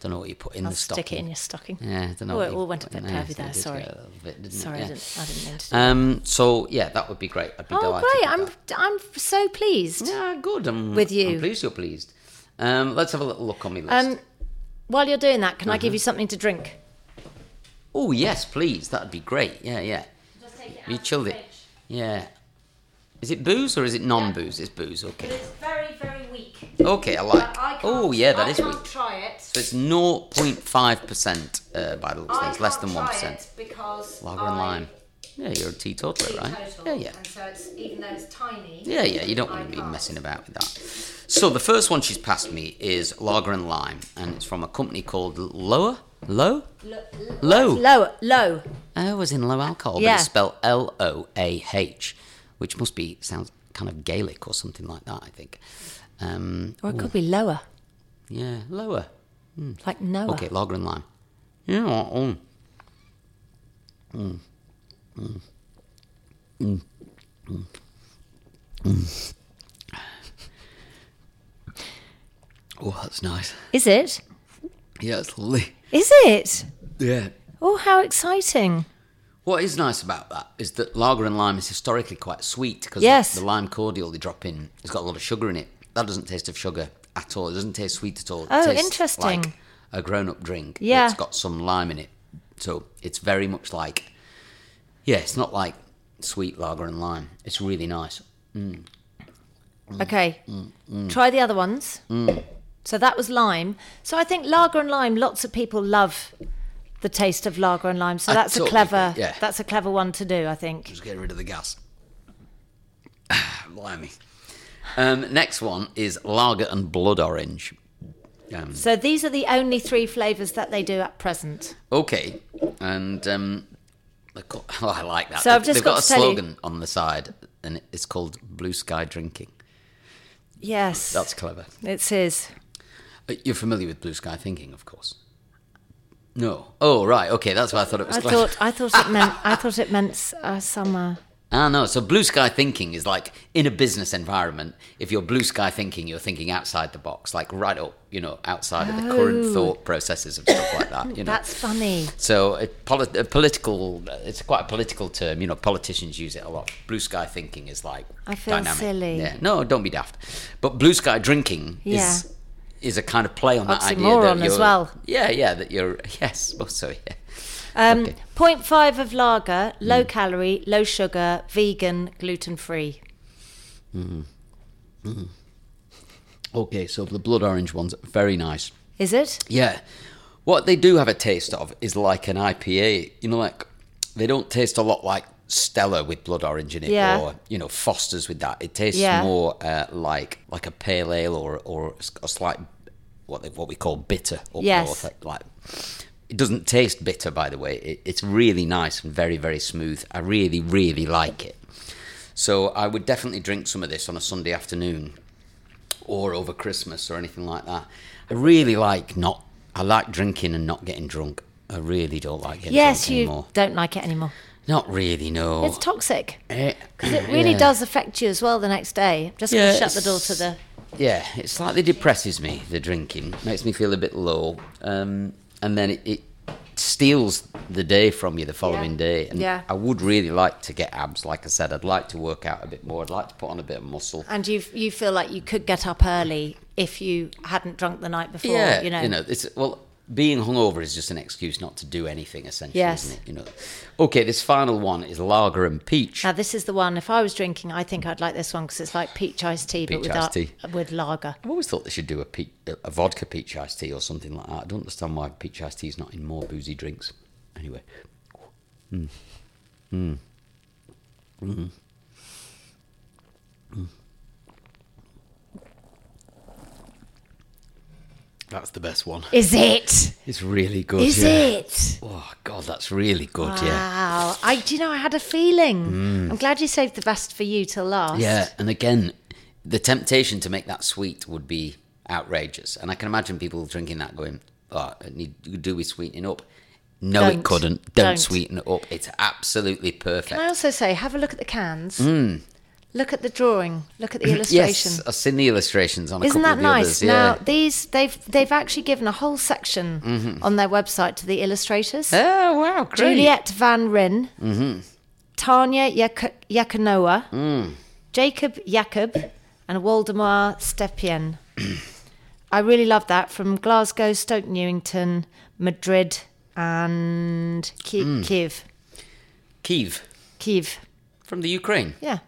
[SPEAKER 1] Don't know what you put in
[SPEAKER 2] I'll
[SPEAKER 1] the stocking.
[SPEAKER 2] stick it in your stocking.
[SPEAKER 1] Yeah, I don't know.
[SPEAKER 2] Oh,
[SPEAKER 1] what
[SPEAKER 2] it
[SPEAKER 1] you
[SPEAKER 2] all went a
[SPEAKER 1] put
[SPEAKER 2] bit
[SPEAKER 1] in there,
[SPEAKER 2] pervy
[SPEAKER 1] so it
[SPEAKER 2] there,
[SPEAKER 1] did
[SPEAKER 2] sorry.
[SPEAKER 1] go a little bit, didn't it?
[SPEAKER 2] Sorry,
[SPEAKER 1] Yeah.
[SPEAKER 2] I, didn't, I didn't mean to do
[SPEAKER 1] Um, so yeah, that would be great. I'd be
[SPEAKER 2] Oh,
[SPEAKER 1] delighted.
[SPEAKER 2] great.
[SPEAKER 1] with
[SPEAKER 2] I'm,
[SPEAKER 1] that.
[SPEAKER 2] I'm so pleased.
[SPEAKER 1] yeah, good. I'm,
[SPEAKER 2] With
[SPEAKER 1] I'm
[SPEAKER 2] you.
[SPEAKER 1] pleased you're pleased. Um, let's have a little look on my list.
[SPEAKER 2] Um, while you're doing that, can
[SPEAKER 1] Mm-hmm.
[SPEAKER 2] I give you something to drink?
[SPEAKER 1] oh yes, please. That'd be great. Yeah, yeah.
[SPEAKER 2] Just take it
[SPEAKER 1] You chilled it. Yeah. Is it booze or is it non-booze? It's booze. Okay.
[SPEAKER 2] It's very, very weak.
[SPEAKER 1] Okay, I like. oh yeah, that is weak.
[SPEAKER 2] try it.
[SPEAKER 1] So it's 0.5 percent uh, by the looks of things, less than one percent.
[SPEAKER 2] because
[SPEAKER 1] Lager and lime. Yeah, you're a teetotaler, right? Yeah, yeah.
[SPEAKER 2] so it's even though it's tiny.
[SPEAKER 1] Yeah, yeah, you don't want to be messing about with that. So the first one she's passed me is Lager and Lime, and it's from a company called Lower Low Low.
[SPEAKER 2] Low, low.
[SPEAKER 1] Oh, as in low alcohol, but
[SPEAKER 2] Yeah.
[SPEAKER 1] it's spelled L O A H, which must be sounds kind of Gaelic or something like that. I think. Um,
[SPEAKER 2] Or it could be lower,
[SPEAKER 1] yeah, lower.
[SPEAKER 2] like Noah.
[SPEAKER 1] Okay, lager and lime. Yeah. mm, Mm. mm, mm, mm, mm. Oh, that's nice.
[SPEAKER 2] Is it?
[SPEAKER 1] Yeah, it's lovely.
[SPEAKER 2] Is it?
[SPEAKER 1] Yeah.
[SPEAKER 2] Oh, how exciting.
[SPEAKER 1] What is nice about that is that lager and lime is historically quite sweet because
[SPEAKER 2] Yes.
[SPEAKER 1] the lime cordial they drop in has got a lot of sugar in it. That doesn't taste of sugar at all. It doesn't taste sweet at all. It
[SPEAKER 2] Oh,
[SPEAKER 1] tastes
[SPEAKER 2] interesting.
[SPEAKER 1] Like a grown-up drink.
[SPEAKER 2] Yeah.
[SPEAKER 1] it's got some lime in it, so it's very much like. Yeah, it's not like sweet lager and lime. It's really nice. Mm.
[SPEAKER 2] Okay. Try the other ones. So that was lime. So I think lager and lime. Lots of people love the taste of lager and lime. So
[SPEAKER 1] I
[SPEAKER 2] that's
[SPEAKER 1] totally
[SPEAKER 2] a clever.
[SPEAKER 1] agree, yeah.
[SPEAKER 2] That's a clever one to do. I think.
[SPEAKER 1] Just get rid of the gas. <sighs> Blimey. Um, next one is lager and blood orange. Um,
[SPEAKER 2] So these are the only three flavors that they do at present.
[SPEAKER 1] Okay, and um, the co- <laughs> oh, I like that.
[SPEAKER 2] So I've
[SPEAKER 1] They've-
[SPEAKER 2] just
[SPEAKER 1] They've
[SPEAKER 2] got
[SPEAKER 1] got, a
[SPEAKER 2] to tell you-
[SPEAKER 1] slogan on the side, and it's called "Blue Sky Drinking."
[SPEAKER 2] Yes.
[SPEAKER 1] That's clever.
[SPEAKER 2] It's his.
[SPEAKER 1] Uh, You're familiar with Blue Sky Thinking, of course. No. Oh, right. Okay, that's why I thought it was.
[SPEAKER 2] I
[SPEAKER 1] clever.
[SPEAKER 2] thought. I thought it meant. I thought it meant uh, summer.
[SPEAKER 1] <laughs> Ah, no. So blue sky thinking is like in a business environment. If you're blue sky thinking, you're thinking outside the box, like right up, you know, outside of the current thought processes and stuff like that. You know.
[SPEAKER 2] Oh. That's funny.
[SPEAKER 1] So it, polit- a political, it's quite a political term. You know, politicians use it a lot. Blue sky thinking is like
[SPEAKER 2] I feel
[SPEAKER 1] dynamic.
[SPEAKER 2] silly.
[SPEAKER 1] Yeah, no, don't be daft. But blue sky drinking
[SPEAKER 2] Yeah.
[SPEAKER 1] is is a kind of play on that idea
[SPEAKER 2] Oxymoron
[SPEAKER 1] that
[SPEAKER 2] as
[SPEAKER 1] you're,
[SPEAKER 2] well.
[SPEAKER 1] Yeah, yeah, that you're. <laughs> Yes, well, so yeah.
[SPEAKER 2] Um,
[SPEAKER 1] Okay.
[SPEAKER 2] 0.5 of lager, low calorie, low sugar, vegan, gluten free.
[SPEAKER 1] Okay, so the blood orange one's very nice.
[SPEAKER 2] Is it?
[SPEAKER 1] Yeah. What they do have a taste of is like an IPA. You know, like they don't taste a lot like Stella with blood orange in it,
[SPEAKER 2] Yeah.
[SPEAKER 1] or you know Foster's with that. It tastes
[SPEAKER 2] Yeah.
[SPEAKER 1] more uh, like like a pale ale or or a slight what they, what we call bitter up
[SPEAKER 2] Yes.
[SPEAKER 1] north. Like it doesn't taste bitter, by the way. It, it's really nice and very very smooth. I really really like it. So I would definitely drink some of this on a Sunday afternoon or over Christmas or anything like that. I really like not. I like drinking and not getting drunk. I really don't like getting
[SPEAKER 2] yes,
[SPEAKER 1] drunk
[SPEAKER 2] you
[SPEAKER 1] anymore.
[SPEAKER 2] don't like it anymore.
[SPEAKER 1] Not really, no.
[SPEAKER 2] It's
[SPEAKER 1] <clears throat>
[SPEAKER 2] toxic.
[SPEAKER 1] Eh, <coughs>
[SPEAKER 2] It really
[SPEAKER 1] yeah.
[SPEAKER 2] does affect you as well the next day. Just gonna
[SPEAKER 1] Yeah,
[SPEAKER 2] shut the door to
[SPEAKER 1] it's-
[SPEAKER 2] the.
[SPEAKER 1] Yeah, it slightly depresses me. The drinking makes me feel a bit low, um, and then it, it steals the day from you the following
[SPEAKER 2] Yeah.
[SPEAKER 1] day. And
[SPEAKER 2] Yeah.
[SPEAKER 1] I would really like to get abs. Like I said, I'd like to work out a bit more. I'd like to put on a bit of muscle.
[SPEAKER 2] And you you feel like you could get up early if you hadn't drunk the night before.
[SPEAKER 1] yeah,
[SPEAKER 2] you know.
[SPEAKER 1] it's well. being hungover is just an excuse not to do anything, essentially,
[SPEAKER 2] Yes.
[SPEAKER 1] isn't it? You know. Okay, this final one is lager and peach.
[SPEAKER 2] Now this is the one. If I was drinking, I think I'd like this one because it's like peach iced tea, but
[SPEAKER 1] Peach
[SPEAKER 2] with uh,
[SPEAKER 1] iced tea.
[SPEAKER 2] with lager.
[SPEAKER 1] I've always thought they should do a, peach, a vodka peach iced tea or something like that. I don't understand why peach iced tea is not in more boozy drinks. Anyway, Mm. mm. Mm. Mm. Mm. that's the best one.
[SPEAKER 2] Is it?
[SPEAKER 1] It's really good.
[SPEAKER 2] Is
[SPEAKER 1] yeah.
[SPEAKER 2] it?
[SPEAKER 1] Oh God, that's really good. Yeah.
[SPEAKER 2] Wow. I do you know I had a feeling. I'm glad you saved the best for you till last.
[SPEAKER 1] Mm. Yeah, and again, the temptation to make that sweet would be outrageous, and I can imagine people drinking that going, "Oh, it need you do with sweetening up." No, it
[SPEAKER 2] Don't.
[SPEAKER 1] couldn't. Don't,
[SPEAKER 2] Don't.
[SPEAKER 1] sweeten it up. It's absolutely perfect.
[SPEAKER 2] Can I also say, have a look at the cans. Look at the drawing. Look at the illustration.
[SPEAKER 1] Mm. <laughs> yes, I've seen the illustrations on a
[SPEAKER 2] Isn't
[SPEAKER 1] couple
[SPEAKER 2] that
[SPEAKER 1] of the
[SPEAKER 2] nice?
[SPEAKER 1] others. Yeah.
[SPEAKER 2] Now these they've they've actually given a whole section
[SPEAKER 1] Mm-hmm.
[SPEAKER 2] on their website to the illustrators.
[SPEAKER 1] oh wow, great. Mm-hmm.
[SPEAKER 2] Juliet Van Ryn, Tanya Yak- Yakanoa,
[SPEAKER 1] Mm.
[SPEAKER 2] Jacob Jacob, and Waldemar Stepien. I really love that from Glasgow, Stoke Newington, Madrid, and Ki-
[SPEAKER 1] Mm.
[SPEAKER 2] Kiev.
[SPEAKER 1] Kiev
[SPEAKER 2] Kiev,
[SPEAKER 1] from the Ukraine.
[SPEAKER 2] yeah,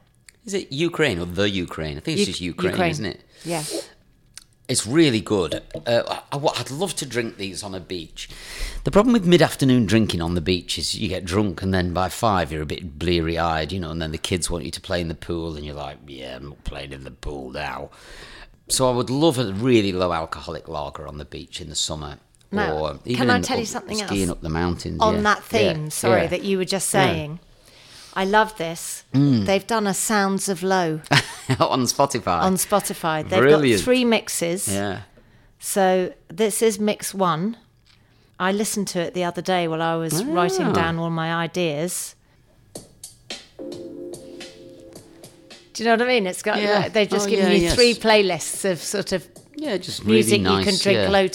[SPEAKER 1] Is it Ukraine or the Ukraine? I think it's
[SPEAKER 2] Uk-
[SPEAKER 1] just Ukraine, isn't it?
[SPEAKER 2] yeah.
[SPEAKER 1] It's really good. Uh, I, would love to drink these on a beach. The problem with mid afternoon drinking on the beach is you get drunk, and then by five, you're a bit bleary eyed, you know, and then the kids want you to play in the pool, and you're like, yeah, I'm not playing in the pool now. So I would love a really low alcoholic lager on the beach in the summer.
[SPEAKER 2] Now,
[SPEAKER 1] or even
[SPEAKER 2] can I
[SPEAKER 1] in-
[SPEAKER 2] tell you
[SPEAKER 1] up-
[SPEAKER 2] something
[SPEAKER 1] skiing
[SPEAKER 2] else?
[SPEAKER 1] up the mountains.
[SPEAKER 2] on
[SPEAKER 1] yeah,
[SPEAKER 2] that
[SPEAKER 1] yeah,
[SPEAKER 2] theme, sorry,
[SPEAKER 1] yeah. <laughs> Mm.
[SPEAKER 2] that you were just saying. I love this. They've done a Sounds of
[SPEAKER 1] <laughs>
[SPEAKER 2] Low
[SPEAKER 1] on Spotify.
[SPEAKER 2] on Spotify. They've
[SPEAKER 1] Brilliant.
[SPEAKER 2] got three mixes.
[SPEAKER 1] yeah.
[SPEAKER 2] So this is mix one. I listened to it the other day while I was
[SPEAKER 1] Ah.
[SPEAKER 2] writing down all my ideas. Do you know what I mean? It's got
[SPEAKER 1] Yeah.
[SPEAKER 2] like, they've just
[SPEAKER 1] Oh,
[SPEAKER 2] given
[SPEAKER 1] yeah,
[SPEAKER 2] you
[SPEAKER 1] yes.
[SPEAKER 2] three playlists of sort of
[SPEAKER 1] Yeah, just
[SPEAKER 2] music
[SPEAKER 1] really nice.
[SPEAKER 2] you can drink
[SPEAKER 1] yeah.
[SPEAKER 2] low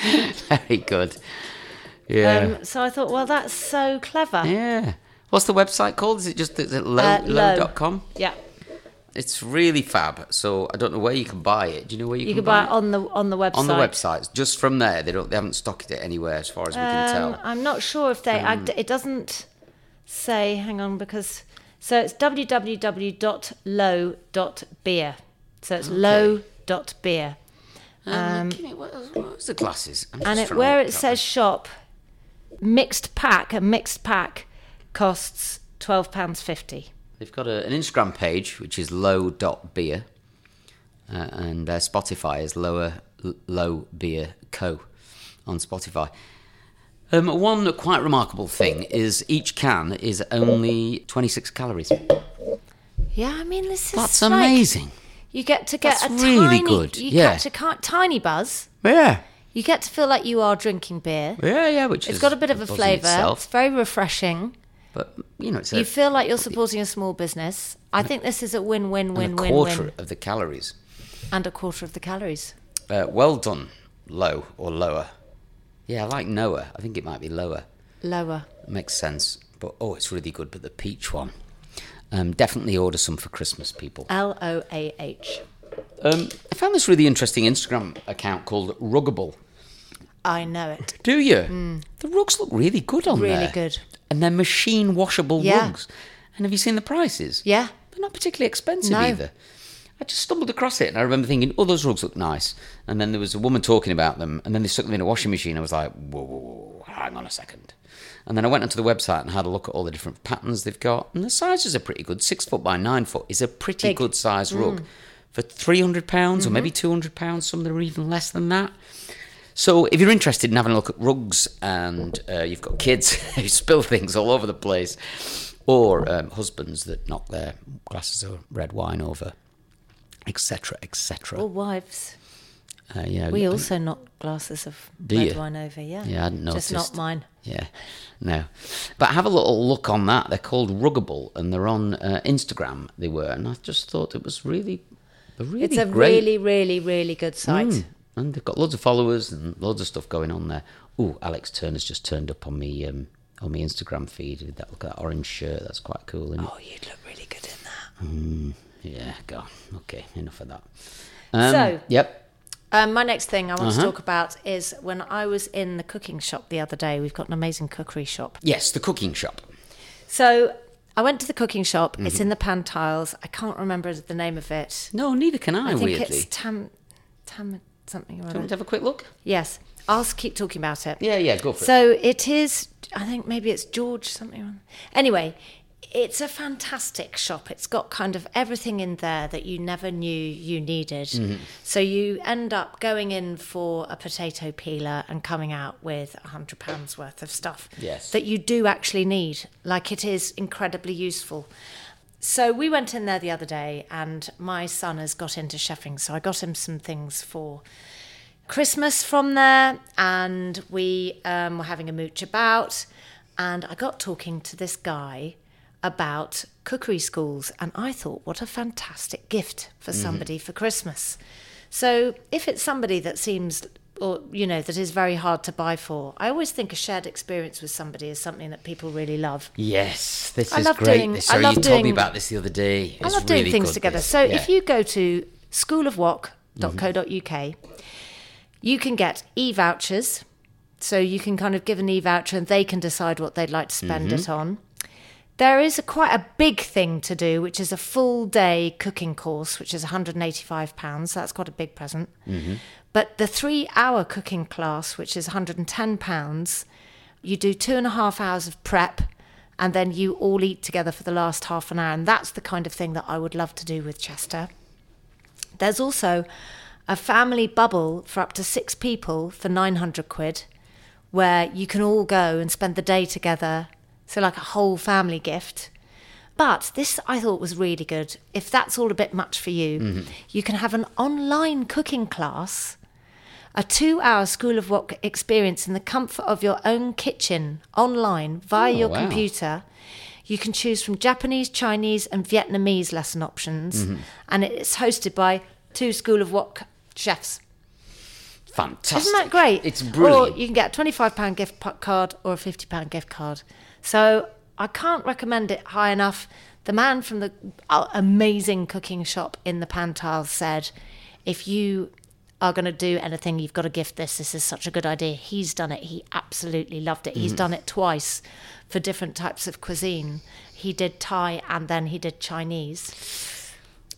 [SPEAKER 2] to.
[SPEAKER 1] <laughs> Very good. Yeah.
[SPEAKER 2] Um, so I thought, well, that's so clever.
[SPEAKER 1] Yeah. What's the website called? Is it just is it low,
[SPEAKER 2] Uh,
[SPEAKER 1] low.
[SPEAKER 2] Low.
[SPEAKER 1] dot com?
[SPEAKER 2] Yeah.
[SPEAKER 1] It's really fab. So I don't know where you can buy it. Do you know where you,
[SPEAKER 2] You can buy it
[SPEAKER 1] it?
[SPEAKER 2] on the on the website.
[SPEAKER 1] on the website? Just from there, they don't. They haven't stocked it anywhere, as far as we can
[SPEAKER 2] Um,
[SPEAKER 1] tell.
[SPEAKER 2] I'm not sure if they. I
[SPEAKER 1] Hmm.
[SPEAKER 2] d it doesn't say. Hang on, because so it's www.low.beer. So it's low dot beer,
[SPEAKER 1] Um, looking at- what, what's the glasses? I'm just
[SPEAKER 2] and it,
[SPEAKER 1] trying to
[SPEAKER 2] where
[SPEAKER 1] look
[SPEAKER 2] it
[SPEAKER 1] up.
[SPEAKER 2] says shop, mixed pack. A mixed pack costs twelve pounds fifty.
[SPEAKER 1] they've got a, an Instagram page which is low dot beer, uh, and their Spotify is lower L- low beer co on Spotify. Um, one quite remarkable thing is each can is only 26 calories.
[SPEAKER 2] Yeah, I mean this is
[SPEAKER 1] That's
[SPEAKER 2] like-
[SPEAKER 1] amazing.
[SPEAKER 2] You get to get
[SPEAKER 1] That's
[SPEAKER 2] a
[SPEAKER 1] really
[SPEAKER 2] tiny.
[SPEAKER 1] good,
[SPEAKER 2] You
[SPEAKER 1] yeah.
[SPEAKER 2] get to ca- tiny buzz.
[SPEAKER 1] Yeah.
[SPEAKER 2] You get to feel like you are drinking beer.
[SPEAKER 1] Yeah, yeah, which
[SPEAKER 2] It's got a bit of a
[SPEAKER 1] buzz in
[SPEAKER 2] flavour. It's
[SPEAKER 1] itself,
[SPEAKER 2] very refreshing.
[SPEAKER 1] but you know, it's a,
[SPEAKER 2] you feel like you're supporting a small business. I think this is a win win
[SPEAKER 1] and a
[SPEAKER 2] win win
[SPEAKER 1] quarter
[SPEAKER 2] win
[SPEAKER 1] of the calories.
[SPEAKER 2] and a quarter of the calories.
[SPEAKER 1] Uh, well done, low or lower. Yeah, I like Noah. I think it might be lower.
[SPEAKER 2] Lower.
[SPEAKER 1] Makes sense. But oh, it's really good. But the peach one, um, definitely order some for Christmas, people.
[SPEAKER 2] L O A H. Uh,
[SPEAKER 1] Um, I found this really interesting Instagram account called Ruggable.
[SPEAKER 2] I know it.
[SPEAKER 1] <laughs> Do you? The rugs look really good on
[SPEAKER 2] Hmm. Really
[SPEAKER 1] there.
[SPEAKER 2] good.
[SPEAKER 1] And they're machine washable
[SPEAKER 2] Yeah.
[SPEAKER 1] rugs. And have you seen the prices?
[SPEAKER 2] Yeah.
[SPEAKER 1] They're not particularly expensive
[SPEAKER 2] No.
[SPEAKER 1] either. I just stumbled across it and I remember thinking, oh, those rugs look nice. And then there was a woman talking about them and then they stuck them in a washing machine. I was like, whoa, whoa, whoa, hang on a second. And then I went onto the website and had a look at all the different patterns they've got. And the sizes are pretty good. Six foot by nine foot is a pretty
[SPEAKER 2] Big. Hmm. Mm-hmm.
[SPEAKER 1] good size rug. For £300 pounds or maybe £200, some that are even less than that. So, if you're interested in having a look at rugs and uh, you've got kids <laughs> who spill things all over the place, or um, husbands that knock their glasses of red wine over, etc.,
[SPEAKER 2] All
[SPEAKER 1] etc.
[SPEAKER 2] wives.
[SPEAKER 1] Uh, yeah,
[SPEAKER 2] We also knock glasses of
[SPEAKER 1] Do
[SPEAKER 2] red
[SPEAKER 1] you?
[SPEAKER 2] wine over, yeah.
[SPEAKER 1] Yeah, I hadn't
[SPEAKER 2] Just not
[SPEAKER 1] noticed.
[SPEAKER 2] mine.
[SPEAKER 1] Yeah, no. But have a little look on that. They're called Ruggable and they're on uh, Instagram, they were. And I just thought it was really, a really
[SPEAKER 2] It's a
[SPEAKER 1] great.
[SPEAKER 2] really, really, really good site.
[SPEAKER 1] Mm. And they've got loads of followers and loads of stuff going on there. Ooh, Alex Turner's just turned up on me um, on my Instagram feed with that look at that orange shirt. That's quite cool. Hmm. is
[SPEAKER 2] Oh, you'd look really good in that.
[SPEAKER 1] Yeah, go. on. Okay, enough of that.
[SPEAKER 2] So-
[SPEAKER 1] yep.
[SPEAKER 2] Um, my next thing I want
[SPEAKER 1] Uh-huh.
[SPEAKER 2] to talk about is when I was in the cooking shop the other day. We've got an amazing cookery shop.
[SPEAKER 1] Yes, the cooking shop.
[SPEAKER 2] So I went to the cooking shop.
[SPEAKER 1] Mm-hmm.
[SPEAKER 2] It's in the Pantiles. I can't remember the name of it.
[SPEAKER 1] No, neither can I,
[SPEAKER 2] I think
[SPEAKER 1] weirdly.
[SPEAKER 2] it's Tam, Tam something or
[SPEAKER 1] Do you want me to
[SPEAKER 2] other.
[SPEAKER 1] have a quick look?
[SPEAKER 2] Yes, I'll s- keep talking about it.
[SPEAKER 1] Yeah, yeah, go for it.
[SPEAKER 2] So it is. I think maybe it's George something. Anyway, it's a fantastic shop. It's got kind of everything in there that you never knew you needed.
[SPEAKER 1] Mm-hmm.
[SPEAKER 2] So you end up going in for a potato peeler and coming out with a hundred pounds worth of stuff
[SPEAKER 1] Yes.
[SPEAKER 2] that you do actually need. Like it is incredibly useful. So we went in there the other day, and my son has got into chefing, so I got him some things for Christmas from there, and we um, were having a mooch about, and I got talking to this guy about cookery schools, and I thought, what a fantastic gift for
[SPEAKER 1] Mm-hmm.
[SPEAKER 2] somebody for Christmas. So if it's somebody that seems or you know that is very hard to buy for, I always think a shared experience with somebody is something that people really love.
[SPEAKER 1] Yes, this
[SPEAKER 2] I
[SPEAKER 1] is
[SPEAKER 2] love
[SPEAKER 1] great.
[SPEAKER 2] doing- I
[SPEAKER 1] This- Sorry,
[SPEAKER 2] love
[SPEAKER 1] you told me
[SPEAKER 2] doing-
[SPEAKER 1] about this the other day.
[SPEAKER 2] I
[SPEAKER 1] It's
[SPEAKER 2] love doing
[SPEAKER 1] really
[SPEAKER 2] things
[SPEAKER 1] good,
[SPEAKER 2] together.
[SPEAKER 1] this.
[SPEAKER 2] So
[SPEAKER 1] Yeah.
[SPEAKER 2] if you go to schoolofwok.co.uk,
[SPEAKER 1] Mm-hmm.
[SPEAKER 2] you can get e vouchers. So you can kind of give an e voucher and they can decide what they'd like to spend it
[SPEAKER 1] Mm-hmm.
[SPEAKER 2] on. There is a, quite a big thing to do, which is a full day cooking course, which is £185. That's quite a big present. But the three hour cooking class, which is £110, you do two and a half hours of prep and then you all eat together for the last half an hour. And that's the kind of thing that I would love to do with Chester. There's also a family bubble for up to six people for 900 quid where you can all go and spend the day together. So, like a whole family gift. But this I thought was really good. If that's all a bit much for you,
[SPEAKER 1] Mm-hmm.
[SPEAKER 2] you can have an online cooking class, a two hour school of wok experience in the comfort of your own kitchen online via
[SPEAKER 1] Oh,
[SPEAKER 2] your
[SPEAKER 1] wow.
[SPEAKER 2] computer. You can choose from Japanese, Chinese, and Vietnamese lesson options. And it's hosted by two School of Wok chefs.
[SPEAKER 1] Fantastic.
[SPEAKER 2] Isn't that great?
[SPEAKER 1] It's brilliant.
[SPEAKER 2] Or you can get a £25 gift pa- card or a £50 gift card. So I can't recommend it high enough. The man from the uh, amazing cooking shop in the Pantiles said, if you are going to do anything, you've got to gift this. This is such a good idea. He's done it. He absolutely loved it.
[SPEAKER 1] Mm.
[SPEAKER 2] He's done it twice for different types of cuisine. He did Thai and then he did Chinese.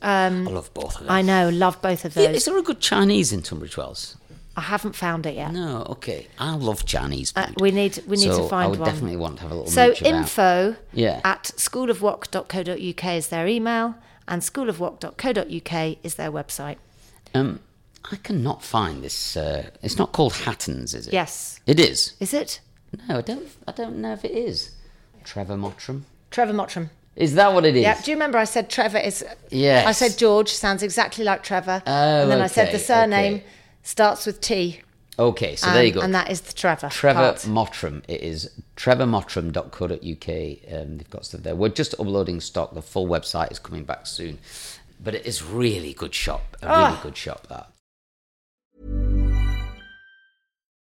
[SPEAKER 1] I love both of them.
[SPEAKER 2] I know, love both of
[SPEAKER 1] Yeah,
[SPEAKER 2] those.
[SPEAKER 1] is there a good Chinese in Tunbridge Wells?
[SPEAKER 2] I haven't found it yet.
[SPEAKER 1] No, okay. I love Chinese food.
[SPEAKER 2] Uh, we need we need
[SPEAKER 1] so
[SPEAKER 2] to find
[SPEAKER 1] I would
[SPEAKER 2] one.
[SPEAKER 1] definitely want to have a little
[SPEAKER 2] So
[SPEAKER 1] mooch about.
[SPEAKER 2] info
[SPEAKER 1] Yeah.
[SPEAKER 2] at schoolofwok.co.uk is their email and schoolofwok.co.uk is their website.
[SPEAKER 1] Um, I cannot find this. Uh, it's not called Hatton's, is it?
[SPEAKER 2] Yes.
[SPEAKER 1] It is.
[SPEAKER 2] Is it?
[SPEAKER 1] No, I don't. I don't know if it is. Trevor Mottram.
[SPEAKER 2] Trevor Mottram.
[SPEAKER 1] Is that what it is?
[SPEAKER 2] Yeah. Do you remember I said Trevor is
[SPEAKER 1] Yes.
[SPEAKER 2] I said George sounds exactly like Trevor.
[SPEAKER 1] Oh,
[SPEAKER 2] and then I said
[SPEAKER 1] okay,
[SPEAKER 2] the surname
[SPEAKER 1] okay.
[SPEAKER 2] starts with T.
[SPEAKER 1] Okay, so
[SPEAKER 2] and,
[SPEAKER 1] there you go.
[SPEAKER 2] And that is the Trevor.
[SPEAKER 1] Trevor
[SPEAKER 2] part.
[SPEAKER 1] Mottram. It is trevormottram.co.uk. Um, they've got stuff there. We're just uploading stock. The full website is coming back soon. But it is really good shop. A
[SPEAKER 2] Ah.
[SPEAKER 1] really good shop, that.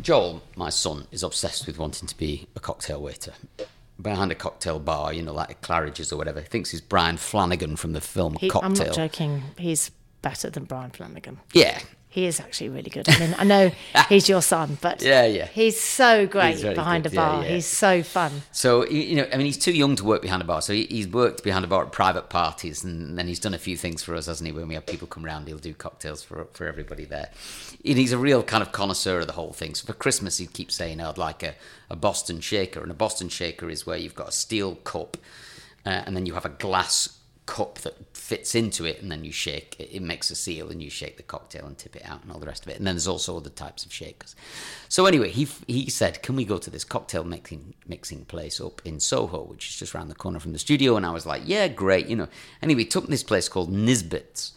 [SPEAKER 1] Joel, my son, is obsessed with wanting to be a cocktail waiter. Behind a cocktail bar, you know, like at Claridge's or whatever. He thinks he's Brian Flanagan from the film
[SPEAKER 2] He- I'm
[SPEAKER 1] Cocktail.
[SPEAKER 2] not joking. He's better than Brian Flanagan.
[SPEAKER 1] Yeah.
[SPEAKER 2] He is actually really good. I mean, I know he's your son, but
[SPEAKER 1] <laughs> Yeah, yeah.
[SPEAKER 2] he's so great
[SPEAKER 1] He's very
[SPEAKER 2] behind
[SPEAKER 1] good,
[SPEAKER 2] a
[SPEAKER 1] yeah,
[SPEAKER 2] bar.
[SPEAKER 1] yeah.
[SPEAKER 2] He's so fun.
[SPEAKER 1] So you you know, I mean, he's too young to work behind a bar. So he, he's worked behind a bar at private parties, and then he's done a few things for us, hasn't he? When we have people come round, he'll do cocktails for for everybody there. And he's a real kind of connoisseur of the whole thing. So for Christmas, he keeps saying, "I'd like a, a Boston shaker," and a Boston shaker is where you've got a steel cup, uh, and then you have a glass cup that fits into it, and then you shake it. It makes a seal, and you shake the cocktail and tip it out, and all the rest of it. And then there's also other types of shakers. So anyway, he he said, "Can we go to this cocktail mixing mixing place up in Soho, which is just around the corner from the studio?" And I was like, "Yeah, great," you know. Anyway, took me to this place called Nisbets.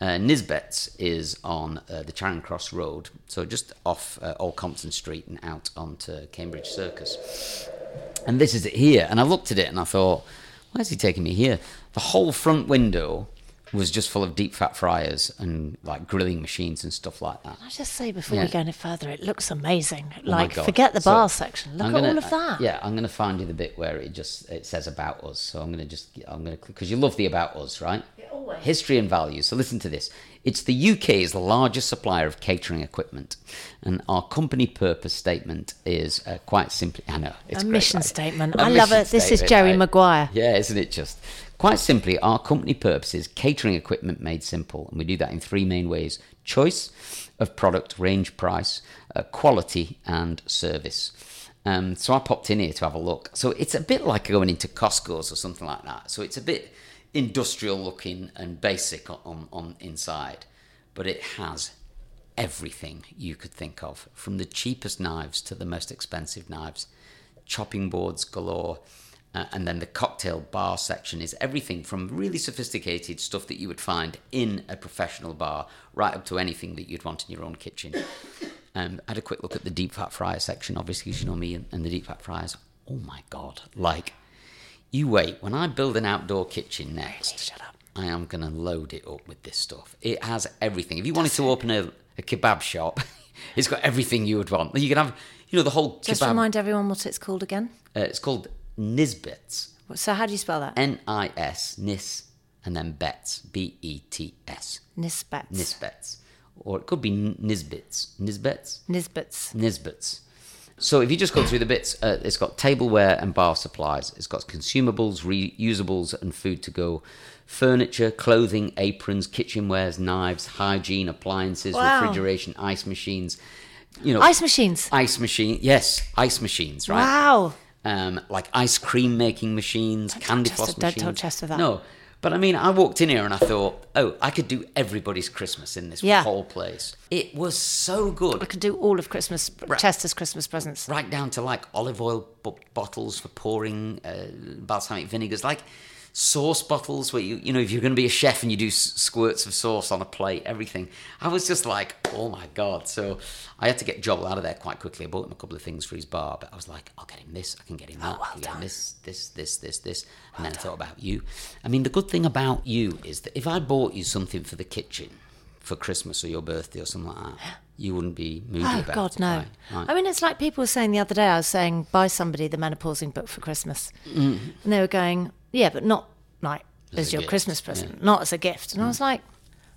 [SPEAKER 1] Uh, Nisbets is on uh, the Charing Cross Road, so just off uh, Old Compton Street and out onto Cambridge Circus and this is it here. And I looked at it and I thought, why is he taking me here? The whole front window was just full of deep fat fryers and like grilling machines and stuff like that.
[SPEAKER 2] I just say before we
[SPEAKER 1] Yeah.
[SPEAKER 2] go any further, it looks amazing.
[SPEAKER 1] Oh my
[SPEAKER 2] Like,
[SPEAKER 1] God.
[SPEAKER 2] forget the
[SPEAKER 1] So,
[SPEAKER 2] bar section. Look
[SPEAKER 1] I'm
[SPEAKER 2] at
[SPEAKER 1] gonna-
[SPEAKER 2] all of that.
[SPEAKER 1] Yeah, I'm gonna find you the bit where it just it says about us. So I'm gonna just I'm gonna because you love the about us, right? Always. History and values. So listen to this. It's the UK's largest supplier of catering equipment, and our company purpose statement is uh, quite simply. I know it's
[SPEAKER 2] A
[SPEAKER 1] great,
[SPEAKER 2] mission
[SPEAKER 1] right?
[SPEAKER 2] statement.
[SPEAKER 1] A
[SPEAKER 2] I love
[SPEAKER 1] mission
[SPEAKER 2] it. This is
[SPEAKER 1] statement,
[SPEAKER 2] Jerry
[SPEAKER 1] right?
[SPEAKER 2] Maguire.
[SPEAKER 1] Yeah, isn't it just? Quite simply, our company purpose is catering equipment made simple, and we do that in three main ways choice of product, range, price, uh, quality, and service. Um, so I popped in here to have a look. So it's a bit like going into Costco's or something like that. So it's a bit industrial looking and basic on, on, on inside, but it has everything you could think of, from the cheapest knives to the most expensive knives, chopping boards galore. Uh, and then the cocktail bar section is everything from really sophisticated stuff that you would find in a professional bar, right up to anything that you'd want in your own kitchen. Um, I had a quick look at the deep fat fryer section, obviously, 'cause you know me, and, and the deep fat fryers. Oh my God. Like, you wait. When I build an outdoor kitchen next, I am going to load it up with this stuff. It has everything. If you wanted to open a, a kebab shop, <laughs> it's got everything you would want. You can have, you know, the whole
[SPEAKER 2] Just
[SPEAKER 1] kebab.
[SPEAKER 2] remind everyone what it's called again.
[SPEAKER 1] uh, it's called Nisbets.
[SPEAKER 2] So, how do you spell that?
[SPEAKER 1] N I S, Nis, and then Bets, B E T S,
[SPEAKER 2] Nisbets.
[SPEAKER 1] Nisbets. Or it could be N- Nisbets. Nisbets?
[SPEAKER 2] Nisbets.
[SPEAKER 1] Nisbets. So if you just go through the bits, uh, it's got tableware and bar supplies. It's got consumables, reusables, and food to go, furniture, clothing, aprons, kitchenwares, knives, hygiene appliances,
[SPEAKER 2] Wow.
[SPEAKER 1] refrigeration, ice machines. You know,
[SPEAKER 2] Ice machines.
[SPEAKER 1] ice machine. Yes, ice machines. Right
[SPEAKER 2] Wow.
[SPEAKER 1] um, like ice cream making machines, candy
[SPEAKER 2] Chester-
[SPEAKER 1] floss
[SPEAKER 2] don't
[SPEAKER 1] machines.
[SPEAKER 2] tell Chester that.
[SPEAKER 1] No, but I mean, I walked in here and I thought, oh, I could do everybody's Christmas in this
[SPEAKER 2] Yeah.
[SPEAKER 1] whole place. It was so
[SPEAKER 2] I
[SPEAKER 1] good,
[SPEAKER 2] could do all of Christmas, Chester's Christmas presents.
[SPEAKER 1] right down to like olive oil b- bottles for pouring uh, balsamic vinegars, like sauce bottles where you, you know, if you're going to be a chef and you do s- squirts of sauce on a plate, everything. I was just like, oh my god. So I had to get Joel out of there quite quickly. I bought him a couple of things for his bar, but I was like, I'll get him this. I can get him
[SPEAKER 2] Oh,
[SPEAKER 1] that. I can get him this, this, this, this, this. And then I thought about you. I mean, the good thing about you is that if I bought you something for the kitchen for Christmas or your birthday or something like
[SPEAKER 2] <gasps>
[SPEAKER 1] that, you wouldn't be moody
[SPEAKER 2] Oh,
[SPEAKER 1] about
[SPEAKER 2] God,
[SPEAKER 1] it,
[SPEAKER 2] no.
[SPEAKER 1] right? Right.
[SPEAKER 2] I mean, it's like people were saying the other day, I was saying, buy somebody the menopausing book for Christmas. And they were going, yeah, but not like as,
[SPEAKER 1] Mm. a
[SPEAKER 2] your
[SPEAKER 1] gift, Mm.
[SPEAKER 2] Christmas present, not as a gift. And I was like,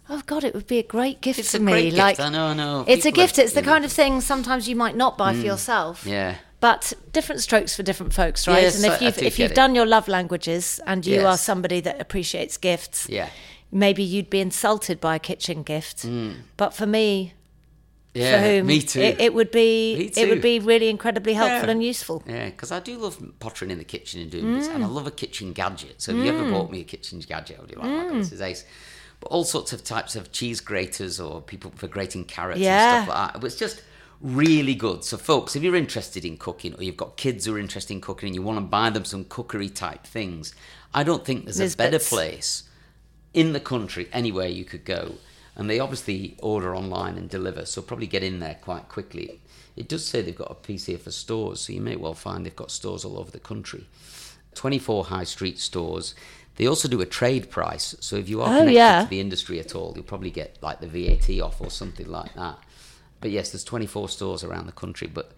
[SPEAKER 2] oh, God, it would be a great gift
[SPEAKER 1] It's
[SPEAKER 2] for
[SPEAKER 1] a
[SPEAKER 2] me.
[SPEAKER 1] great gift.
[SPEAKER 2] Like,
[SPEAKER 1] I know, I know.
[SPEAKER 2] It's a
[SPEAKER 1] People are-
[SPEAKER 2] gift. it's the kind of thing sometimes you might not buy for yourself.
[SPEAKER 1] Yeah.
[SPEAKER 2] But different strokes for different folks, right?
[SPEAKER 1] Yes,
[SPEAKER 2] and
[SPEAKER 1] I-
[SPEAKER 2] if
[SPEAKER 1] I
[SPEAKER 2] you've
[SPEAKER 1] do
[SPEAKER 2] if
[SPEAKER 1] get
[SPEAKER 2] you've
[SPEAKER 1] it.
[SPEAKER 2] done your love languages and you
[SPEAKER 1] Yes.
[SPEAKER 2] are somebody that appreciates gifts,
[SPEAKER 1] Yeah.
[SPEAKER 2] maybe you'd be insulted by a kitchen gift.
[SPEAKER 1] Mm.
[SPEAKER 2] But for me,
[SPEAKER 1] Yeah,
[SPEAKER 2] for whom
[SPEAKER 1] Uh, me too.
[SPEAKER 2] It, it would be
[SPEAKER 1] Me
[SPEAKER 2] it would
[SPEAKER 1] too.
[SPEAKER 2] be really incredibly helpful
[SPEAKER 1] Yeah.
[SPEAKER 2] and useful.
[SPEAKER 1] yeah, because I do love pottering in the kitchen and doing this, and I
[SPEAKER 2] Mm.
[SPEAKER 1] love a kitchen gadget. So if you ever bought me a kitchen gadget, I would be like, oh my
[SPEAKER 2] Mm.
[SPEAKER 1] God, this is ace. But all sorts of types of cheese graters or people for grating carrots
[SPEAKER 2] Yeah.
[SPEAKER 1] and stuff like that. It was just really good. So folks, if you're interested in cooking or you've got kids who are interested in cooking and you want to buy them some cookery type things, I don't think there's a better
[SPEAKER 2] Nisbets.
[SPEAKER 1] place in the country anywhere you could go and they obviously order online and deliver so probably get in there quite quickly it does say they've got a piece here for stores so you may well find they've got stores all over the country 24 high street stores they also do a trade price so if you are
[SPEAKER 2] Oh,
[SPEAKER 1] connected
[SPEAKER 2] yeah.
[SPEAKER 1] to the industry at all you'll probably get like the vat off or something like that but yes there's 24 stores around the country but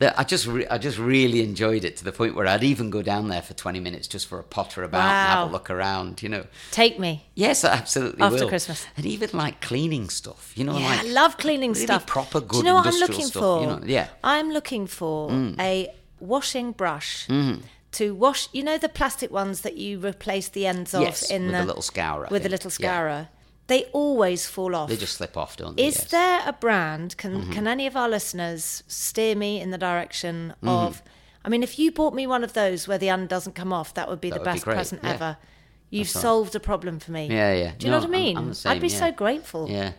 [SPEAKER 1] that I just re- I just really enjoyed it to the point where I'd even go down there for 20 minutes just for a potter about and have a
[SPEAKER 2] Wow.
[SPEAKER 1] look around, you know.
[SPEAKER 2] Take me.
[SPEAKER 1] Yes, I absolutely
[SPEAKER 2] After
[SPEAKER 1] will.
[SPEAKER 2] Christmas.
[SPEAKER 1] And even like cleaning stuff, you know,
[SPEAKER 2] Yeah,
[SPEAKER 1] like
[SPEAKER 2] I love cleaning
[SPEAKER 1] really
[SPEAKER 2] stuff.
[SPEAKER 1] proper good
[SPEAKER 2] Do you know what I'm
[SPEAKER 1] industrial
[SPEAKER 2] looking
[SPEAKER 1] stuff,
[SPEAKER 2] for?
[SPEAKER 1] you know, yeah. Mm.
[SPEAKER 2] I'm looking for a washing brush
[SPEAKER 1] Mm-hmm.
[SPEAKER 2] to wash. You know the plastic ones that you replace the ends
[SPEAKER 1] Yes,
[SPEAKER 2] of in
[SPEAKER 1] with a
[SPEAKER 2] the
[SPEAKER 1] little scourer, I
[SPEAKER 2] With a
[SPEAKER 1] think.
[SPEAKER 2] little
[SPEAKER 1] Yeah.
[SPEAKER 2] scourer, they always fall off.
[SPEAKER 1] they just slip off, don't they?
[SPEAKER 2] Is
[SPEAKER 1] Yes. Mm-hmm.
[SPEAKER 2] there a brand? Can can any of our listeners steer me in the direction
[SPEAKER 1] Mm-hmm.
[SPEAKER 2] of? I mean, if you bought me one of those where the end doesn't come off, that would be
[SPEAKER 1] That
[SPEAKER 2] the
[SPEAKER 1] would be
[SPEAKER 2] best
[SPEAKER 1] great,
[SPEAKER 2] present
[SPEAKER 1] yeah.
[SPEAKER 2] ever. You've solved a problem for me.
[SPEAKER 1] Yeah, yeah.
[SPEAKER 2] Do you
[SPEAKER 1] No,
[SPEAKER 2] know what I
[SPEAKER 1] I'm-
[SPEAKER 2] mean?
[SPEAKER 1] I'm the
[SPEAKER 2] would
[SPEAKER 1] same,
[SPEAKER 2] be
[SPEAKER 1] yeah.
[SPEAKER 2] so grateful.
[SPEAKER 1] Yeah.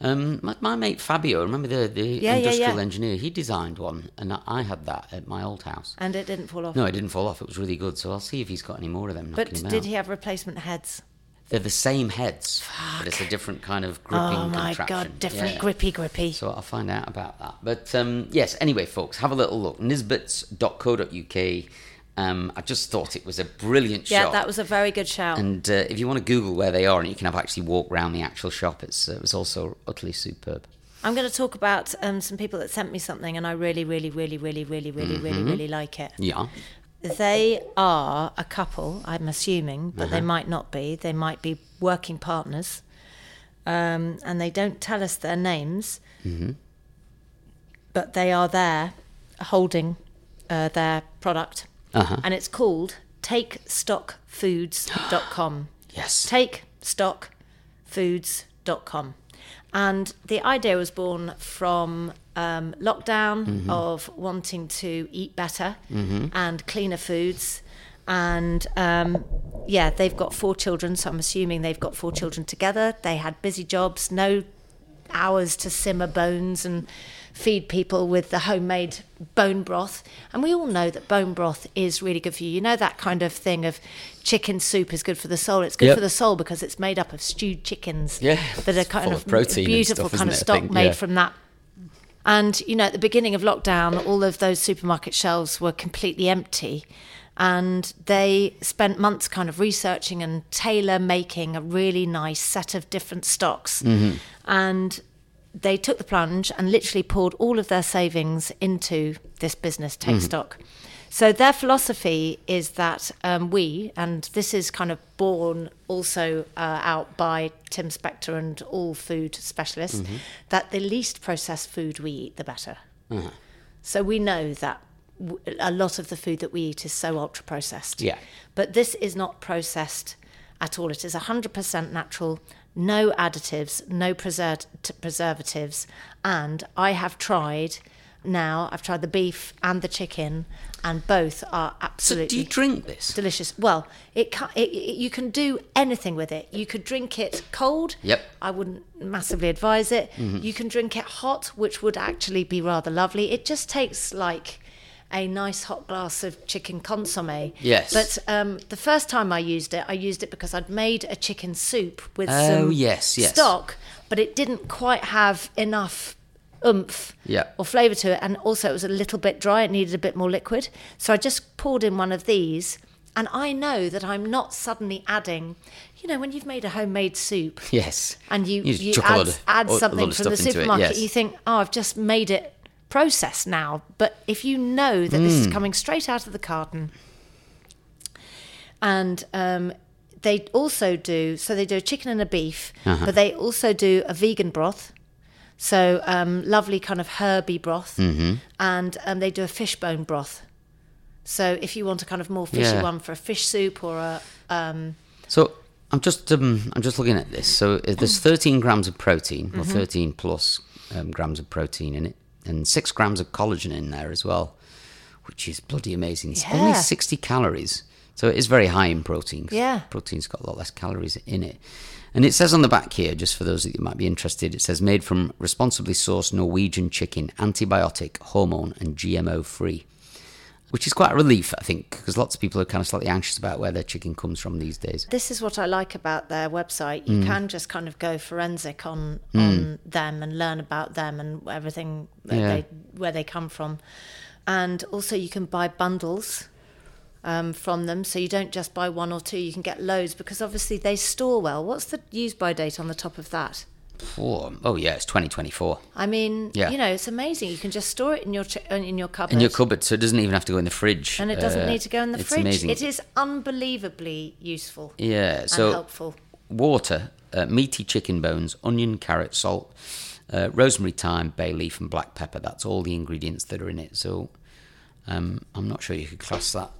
[SPEAKER 1] Um, my, my mate Fabio, remember the, the
[SPEAKER 2] yeah,
[SPEAKER 1] industrial
[SPEAKER 2] yeah.
[SPEAKER 1] engineer? He designed one, and I- I had that at my old house.
[SPEAKER 2] And it didn't fall off.
[SPEAKER 1] No, it didn't fall off. It was really good. So I'll see if he's got any more of them.
[SPEAKER 2] but
[SPEAKER 1] knocking him
[SPEAKER 2] did
[SPEAKER 1] out.
[SPEAKER 2] he have replacement heads?
[SPEAKER 1] They're the same heads, but it's a different kind of gripping
[SPEAKER 2] Oh my
[SPEAKER 1] contraption.
[SPEAKER 2] god, different
[SPEAKER 1] Yeah.
[SPEAKER 2] grippy grippy.
[SPEAKER 1] So I'll find out about that. But um, yes, anyway, folks, have a little look. Nisbets.co.uk. Um, I just thought it was a brilliant
[SPEAKER 2] yeah,
[SPEAKER 1] shop.
[SPEAKER 2] that was a very good shout.
[SPEAKER 1] And uh, if you want to Google where they are, and you can have actually walk around the actual shop, it's uh, it was also utterly superb.
[SPEAKER 2] I'm going to talk about um, some people that sent me something, and I really, really, really, really, really, really, really,
[SPEAKER 1] Mm-hmm.
[SPEAKER 2] really like it.
[SPEAKER 1] Yeah.
[SPEAKER 2] They are a couple, I'm assuming, but they might not be. They might be working partners. Um, and they don't tell us their names, but they are there holding uh, their product. And it's called <gasps> takestockfoods.com.
[SPEAKER 1] Yes.
[SPEAKER 2] takestockfoods.com. And the idea was born from um, lockdown of wanting to eat better and cleaner foods. And um, yeah, they've got four children, so I'm assuming they've got four children together. They had busy jobs, no hours to simmer bones and feed people with the homemade bone broth. And we all know that bone broth is really good for you. You know that kind of thing of chicken soup is good for the soul. It's good
[SPEAKER 1] Yep.
[SPEAKER 2] for the soul because it's made up of stewed chickens
[SPEAKER 1] Yeah,
[SPEAKER 2] that are
[SPEAKER 1] it's
[SPEAKER 2] kind
[SPEAKER 1] full
[SPEAKER 2] of,
[SPEAKER 1] of protein and
[SPEAKER 2] beautiful
[SPEAKER 1] stuff, isn't
[SPEAKER 2] kind of
[SPEAKER 1] it, I
[SPEAKER 2] stock
[SPEAKER 1] think?
[SPEAKER 2] made
[SPEAKER 1] Yeah.
[SPEAKER 2] from that. And you know, at the beginning of lockdown, all of those supermarket shelves were completely empty. And they spent months kind of researching and tailor making a really nice set of different stocks.
[SPEAKER 1] Mm-hmm.
[SPEAKER 2] And they took the plunge and literally poured all of their savings into this business, Take Stock. So their philosophy is that um, we, and this is kind of borne also uh, out by Tim Spector and all food specialists, that the least processed food we eat, the better. So we know that w- a lot of the food that we eat is so ultra processed.
[SPEAKER 1] Yeah.
[SPEAKER 2] But this is not processed at all. It is 100% natural, no additives, no preser- t- preservatives. And I have tried now, I've tried the beef and the chicken, and both are
[SPEAKER 1] So
[SPEAKER 2] absolutely
[SPEAKER 1] do you drink this?
[SPEAKER 2] delicious. Well, it, ca- it, it you can do anything with it. You could drink it cold.
[SPEAKER 1] Yep. Mm-hmm.
[SPEAKER 2] I wouldn't massively advise it. You can drink it hot, which would actually be rather lovely. It just takes like a nice hot glass of chicken consomme.
[SPEAKER 1] Yes.
[SPEAKER 2] But um, the first time I used it, I used it because I'd made a chicken soup with
[SPEAKER 1] Oh,
[SPEAKER 2] some
[SPEAKER 1] yes, yes.
[SPEAKER 2] stock, but it didn't quite have enough oomph
[SPEAKER 1] Yeah.
[SPEAKER 2] or flavour to it. And also, it was a little bit dry, it needed a bit more liquid. So I just poured in one of these. And I know that I'm not suddenly adding, you know, when you've made a homemade soup
[SPEAKER 1] Yes.
[SPEAKER 2] and you,
[SPEAKER 1] just
[SPEAKER 2] you
[SPEAKER 1] chuck a
[SPEAKER 2] add,
[SPEAKER 1] lot of-
[SPEAKER 2] add
[SPEAKER 1] a lot
[SPEAKER 2] something
[SPEAKER 1] of
[SPEAKER 2] from the
[SPEAKER 1] stuff into it,
[SPEAKER 2] supermarket,
[SPEAKER 1] yes.
[SPEAKER 2] you think, oh, I've just made it processed now. But if you know that
[SPEAKER 1] Hmm.
[SPEAKER 2] this is coming straight out of the carton, and um, they also do so they do a chicken and a beef,
[SPEAKER 1] Uh-huh.
[SPEAKER 2] but they also do a vegan broth. So um, lovely kind of herby broth,
[SPEAKER 1] Mm-hmm.
[SPEAKER 2] and um, they do a fishbone broth. So if you want a kind of more fishy
[SPEAKER 1] Yeah.
[SPEAKER 2] one for a fish soup or a
[SPEAKER 1] So I'm just um, I'm just looking at this. So uh, there's 13 grams of protein,
[SPEAKER 2] Mm-hmm.
[SPEAKER 1] or 13 plus um, grams of protein in it, and six grams of collagen in there as well, which is bloody amazing. It's only
[SPEAKER 2] Yeah.
[SPEAKER 1] 60 calories, so it is very high in protein. 'cause
[SPEAKER 2] Yeah.
[SPEAKER 1] protein's got a lot less calories in it. And it says on the back here, just for those that you might be interested, it says made from responsibly sourced Norwegian chicken, antibiotic, hormone, and GMO free. Which is quite a relief, I think, because lots of people are kind of slightly anxious about where their chicken comes from these days.
[SPEAKER 2] This is what I like about their website.
[SPEAKER 1] Mm.
[SPEAKER 2] You can just kind of go forensic on on them and learn about them and everything that
[SPEAKER 1] Yeah.
[SPEAKER 2] they, where they come from, and also you can buy bundles um, from them. So you don't just buy one or two; you can get loads because obviously they store well. What's the use by date on the top of that?
[SPEAKER 1] Oh, oh yeah, it's 2024
[SPEAKER 2] I mean,
[SPEAKER 1] Yeah.
[SPEAKER 2] you know, it's amazing. You can just store it in your ch- in your cupboard.
[SPEAKER 1] in your cupboard, so it doesn't even have to go in the fridge.
[SPEAKER 2] and it doesn't
[SPEAKER 1] Uh,
[SPEAKER 2] need to go in the
[SPEAKER 1] it's
[SPEAKER 2] fridge.
[SPEAKER 1] Amazing.
[SPEAKER 2] It is unbelievably useful
[SPEAKER 1] Yeah.
[SPEAKER 2] and
[SPEAKER 1] So
[SPEAKER 2] helpful.
[SPEAKER 1] water, uh, meaty chicken bones, onion, carrot, salt, uh, rosemary, thyme, bay leaf, and black pepper. That's all the ingredients that are in it. So um, I'm not sure you could class that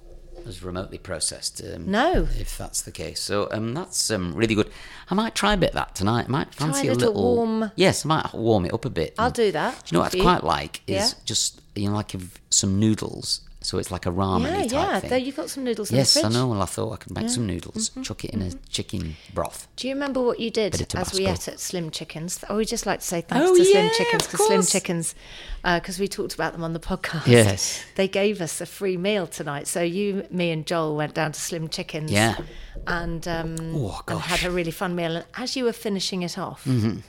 [SPEAKER 1] as remotely processed. Um,
[SPEAKER 2] No.
[SPEAKER 1] If that's the case, so um, that's um, really good. I might try a bit of that tonight. I might fancy
[SPEAKER 2] a little warm-
[SPEAKER 1] Yes, I might warm it up a bit.
[SPEAKER 2] I'll
[SPEAKER 1] and-
[SPEAKER 2] do
[SPEAKER 1] Do
[SPEAKER 2] that.
[SPEAKER 1] you know what
[SPEAKER 2] for
[SPEAKER 1] I'd quite like is
[SPEAKER 2] Yeah.
[SPEAKER 1] just you know like a, some noodles. So it's like a ramen
[SPEAKER 2] Yeah,
[SPEAKER 1] type
[SPEAKER 2] yeah.
[SPEAKER 1] thing.
[SPEAKER 2] There you've got some noodles in the
[SPEAKER 1] Yes,
[SPEAKER 2] fridge. Mm-hmm.
[SPEAKER 1] I know. Well, I thought I could make some noodles, chuck it in a chicken broth.
[SPEAKER 2] Do you remember what you
[SPEAKER 1] Bit
[SPEAKER 2] did
[SPEAKER 1] of
[SPEAKER 2] as we ate
[SPEAKER 1] Tabasco.
[SPEAKER 2] at Slim Chickens? I would just like to say thanks
[SPEAKER 1] Oh,
[SPEAKER 2] to
[SPEAKER 1] yeah,
[SPEAKER 2] Slim Chickens
[SPEAKER 1] of
[SPEAKER 2] because Slim
[SPEAKER 1] course.
[SPEAKER 2] Chickens, because we talked about them on the podcast.
[SPEAKER 1] Yes.
[SPEAKER 2] they gave us a free meal tonight. So you, me, and Joel went down to Slim Chickens.
[SPEAKER 1] Yeah.
[SPEAKER 2] and um,
[SPEAKER 1] Oh, gosh.
[SPEAKER 2] and
[SPEAKER 1] Mm-hmm.
[SPEAKER 2] had a really fun meal. And as you were finishing it off,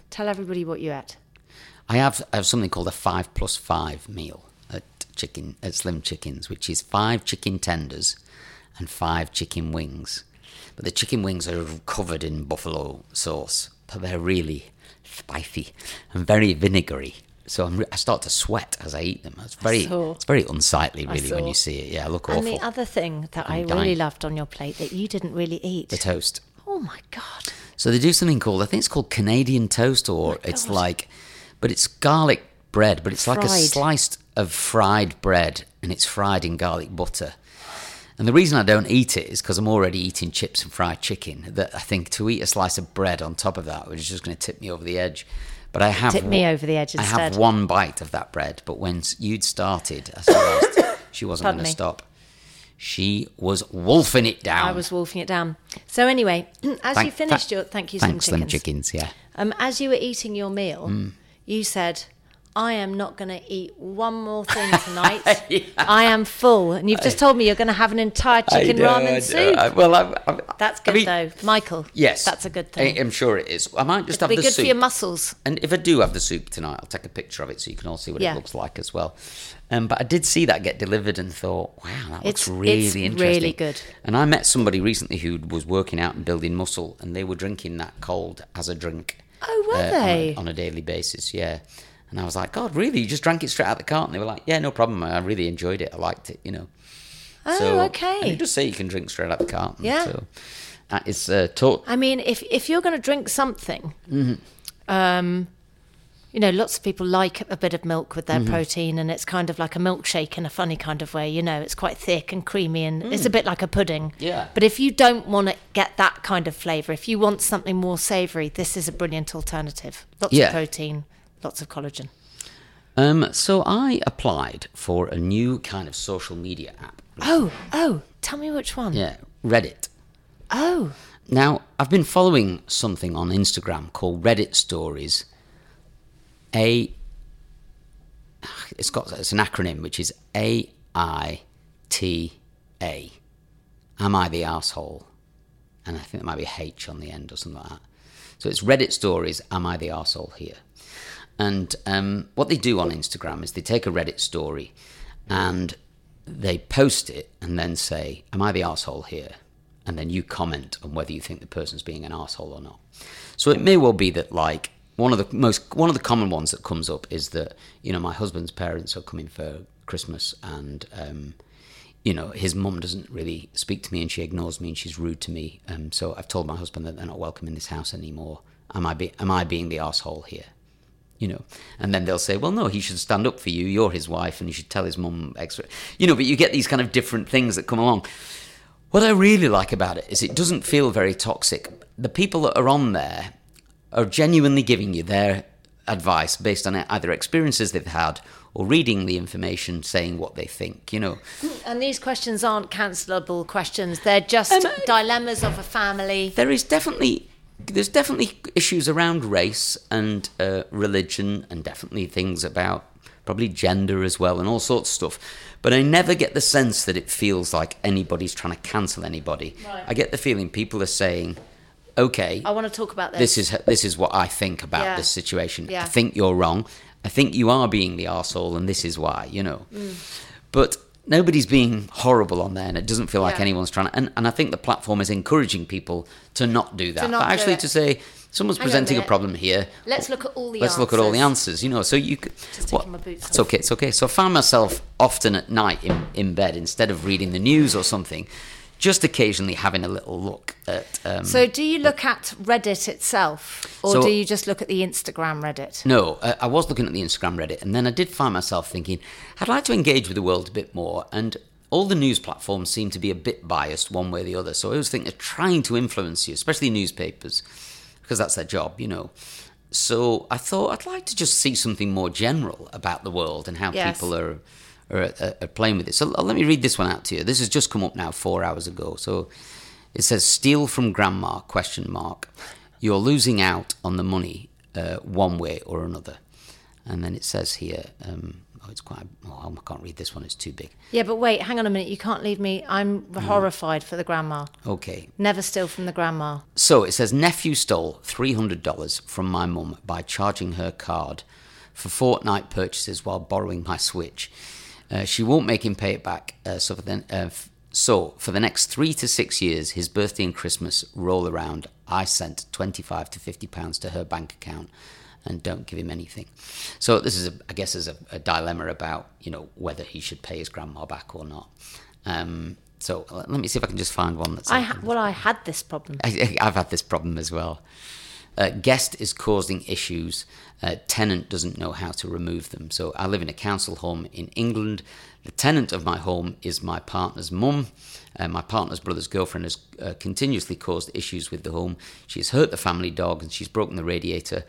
[SPEAKER 2] tell everybody what you ate.
[SPEAKER 1] I have I have something called a five plus five meal at chicken at Slim Chickens, which is five chicken tenders and five chicken wings. But the chicken wings are covered in buffalo sauce, but they're really spicy and very vinegary. So I'm re- I start to sweat as I eat them. It's very
[SPEAKER 2] saw.
[SPEAKER 1] it's very unsightly, really, when
[SPEAKER 2] saw.
[SPEAKER 1] you see it. Yeah, I look
[SPEAKER 2] And
[SPEAKER 1] awful.
[SPEAKER 2] the other thing that i
[SPEAKER 1] I'm
[SPEAKER 2] really
[SPEAKER 1] dying.
[SPEAKER 2] loved on your plate that you didn't really eat.
[SPEAKER 1] the toast.
[SPEAKER 2] oh my god!
[SPEAKER 1] So they do something called I think it's called Canadian toast, or
[SPEAKER 2] Oh
[SPEAKER 1] it's like, but it's garlic bread, but it's like a
[SPEAKER 2] Fried.
[SPEAKER 1] sliced of fried bread, and it's fried in garlic butter. And the reason I don't eat it is because I'm already eating chips and fried chicken. That I think to eat a slice of bread on top of that was just going to tip me over the edge. But I have
[SPEAKER 2] Tip me over the edge
[SPEAKER 1] I have
[SPEAKER 2] instead.
[SPEAKER 1] one bite of that bread, but when s- you'd started, I realised she wasn't
[SPEAKER 2] Pardon
[SPEAKER 1] going to
[SPEAKER 2] me.
[SPEAKER 1] stop. She was wolfing it down.
[SPEAKER 2] I was wolfing it down. So anyway, <clears throat> as
[SPEAKER 1] Oh. Thank-
[SPEAKER 2] you finished
[SPEAKER 1] tha-
[SPEAKER 2] your thank you,
[SPEAKER 1] Thanks, Hmm.
[SPEAKER 2] Slim
[SPEAKER 1] them
[SPEAKER 2] Chickens.
[SPEAKER 1] chickens. Yeah.
[SPEAKER 2] Um, as you were eating your meal, you said, I am not going to eat one more
[SPEAKER 1] <laughs>
[SPEAKER 2] thing tonight. I am full. And you've just told me you're going to have an entire chicken ramen soup.
[SPEAKER 1] well, I'm, I'm,
[SPEAKER 2] that's
[SPEAKER 1] I
[SPEAKER 2] good,
[SPEAKER 1] mean,
[SPEAKER 2] though. Michael.
[SPEAKER 1] Yes,
[SPEAKER 2] That's a good thing.
[SPEAKER 1] I, am sure it is. I might just
[SPEAKER 2] It'll
[SPEAKER 1] have
[SPEAKER 2] be
[SPEAKER 1] the
[SPEAKER 2] good
[SPEAKER 1] soup.
[SPEAKER 2] for your muscles.
[SPEAKER 1] and if I do have the soup tonight, I'll take a picture of it so you can all see what
[SPEAKER 2] Yeah.
[SPEAKER 1] it looks like as well. Um, but I did see that get delivered and thought, wow, that looks
[SPEAKER 2] It's-
[SPEAKER 1] really
[SPEAKER 2] it's really
[SPEAKER 1] interesting.
[SPEAKER 2] good.
[SPEAKER 1] And I met somebody recently who was working out and building muscle, and they were drinking that cold as a drink.
[SPEAKER 2] Oh, were
[SPEAKER 1] uh, on a-
[SPEAKER 2] they?
[SPEAKER 1] On a, daily basis, yeah. And I was like, God, really? You just drank it straight out of the carton? They were like, Yeah, no problem. I really enjoyed it. I liked it, you know.
[SPEAKER 2] Oh, okay.
[SPEAKER 1] And you just say you can drink straight out the carton.
[SPEAKER 2] Yeah.
[SPEAKER 1] So that is uh, taught.
[SPEAKER 2] I mean, if, if you're going to drink something, um, you know, lots of people like a bit of milk with their protein, and it's kind of like a milkshake in a funny kind of way. You know, it's quite thick and creamy, and it's a bit like a pudding.
[SPEAKER 1] Yeah.
[SPEAKER 2] But if you don't want to get that kind of flavour, if you want something more savoury, this is a brilliant alternative. Lots
[SPEAKER 1] Yeah.
[SPEAKER 2] of protein, lots of collagen.
[SPEAKER 1] Um, so I applied for a new kind of social media app.
[SPEAKER 2] Oh, oh, tell me which one.
[SPEAKER 1] Yeah, Reddit.
[SPEAKER 2] Oh,
[SPEAKER 1] Now, I've been following something on Instagram called Reddit Stories. A it's got it's an acronym which is A I T A. Am I the asshole? And I think there might be H on the end or something like that. So it's Reddit Stories. Am I the asshole here? And um, what they do on Instagram is they take a Reddit story and they post it and then say, Am I the asshole here? And then you comment on whether you think the person's being an asshole or not. So it may well be that like one of the most one of the common ones that comes up is that, you know, my husband's parents are coming for Christmas and um, you know, his mum doesn't really speak to me and she ignores me and she's rude to me. Um, so I've told my husband that they're not welcome in this house anymore. Am I, be- am I being the asshole here? You know, and then they'll say, well, no, he should stand up for you. You're his wife and he should tell his mum extra. You know, but you get these kind of different things that come along. What I really like about it is it doesn't feel very toxic. The people that are on there are genuinely giving you their advice based on either experiences they've had or reading the information saying what they think, you know.
[SPEAKER 2] and these questions aren't cancelable questions. They're just dilemmas of a family.
[SPEAKER 1] there is definitely there's definitely issues around race and uh, religion and definitely things about probably gender as well and all sorts of stuff but i never get the sense that it feels like anybody's trying to cancel anybody i get the feeling people are saying okay
[SPEAKER 2] I want to talk about this.
[SPEAKER 1] this is this is what I think about
[SPEAKER 2] Yeah.
[SPEAKER 1] this situation.
[SPEAKER 2] Yeah.
[SPEAKER 1] I
[SPEAKER 2] Mm.
[SPEAKER 1] think you're wrong. I think you are being the arsehole and this is why, you know. But nobody's being horrible on there, and it doesn't feel like
[SPEAKER 2] Yeah.
[SPEAKER 1] anyone's trying to. And, and I think the platform is encouraging people to not do that,
[SPEAKER 2] not
[SPEAKER 1] but
[SPEAKER 2] do
[SPEAKER 1] actually
[SPEAKER 2] it.
[SPEAKER 1] to say someone's
[SPEAKER 2] Hang on a
[SPEAKER 1] presenting a,
[SPEAKER 2] minute.
[SPEAKER 1] problem here.
[SPEAKER 2] Let's look at all the
[SPEAKER 1] Let's look at all the
[SPEAKER 2] answers.
[SPEAKER 1] answers, you know. So you could.
[SPEAKER 2] Just taking my boots
[SPEAKER 1] it's
[SPEAKER 2] off.
[SPEAKER 1] okay. It's okay. So I found myself often at night in, in bed instead of reading the news or something, just occasionally having a little look at. Um,
[SPEAKER 2] So, do you look at Reddit itself, or
[SPEAKER 1] So-
[SPEAKER 2] do you just look at the Instagram Reddit?
[SPEAKER 1] No, uh, I, I was looking at the Instagram Reddit, and then I did find myself thinking, I'd like to engage with the world a bit more. And all the news platforms seem to be a bit biased one way or the other. So I always think they're trying to influence you, especially newspapers, because that's their job, you know. So I thought I'd like to just see something more general about the world and how
[SPEAKER 2] Yes.
[SPEAKER 1] people are, are, are playing with it. So l- let me read this one out to you. This has just come up now four hours ago. So it says, "Steal from grandma?" Question mark. You're losing out on the money uh, one way or another. And then it says here, um, oh, it's quite. Oh, I can't read this one. It's too big.
[SPEAKER 2] Yeah, but wait, hang on a minute. You can't leave me. I'm
[SPEAKER 1] Hmm.
[SPEAKER 2] horrified for the grandma.
[SPEAKER 1] Okay.
[SPEAKER 2] Never steal from the grandma.
[SPEAKER 1] So it says nephew stole three hundred dollars from my mum by charging her card for fortnight purchases while borrowing my Switch. Uh, she won't make him pay it back. Uh, so for the uh, f- so for the next three to six years, his birthday and Christmas roll around. I sent twenty-five to fifty pounds to her bank account, and don't give him anything. So this is, a, I guess, is a, a dilemma about you know whether he should pay his grandma back or not. Um, so l- let me see if I can just find one that's.
[SPEAKER 2] I ha- well, I had this problem.
[SPEAKER 1] I, I've had this problem as well. Uh, guest is causing issues. Uh, tenant doesn't know how to remove them. So I live in a council home in England. The tenant of my home is my partner's mum. Uh, my partner's brother's girlfriend has uh, continuously caused issues with the home. She's hurt the family dog and she's broken the radiator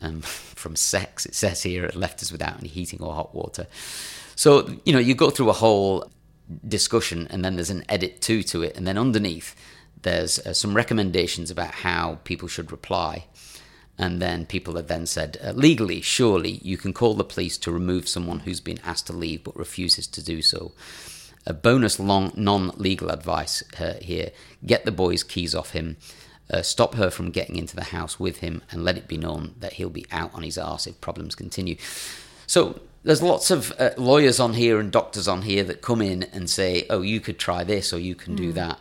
[SPEAKER 1] um, <laughs> from sex, it says here, it left us without any heating or hot water. So, you know, you go through a whole discussion and then there's an edit two to it. And then underneath, there's uh, some recommendations about how people should reply. And then people have then said, uh, legally, surely you can call the police to remove someone who's been asked to leave but refuses to do so. A bonus long non-legal advice uh, here: get the boy's keys off him, uh, stop her from getting into the house with him, and let it be known that he'll be out on his arse if problems continue. So there's lots of uh, lawyers on here and doctors on here that come in and say, "Oh, you could try this or you can do that."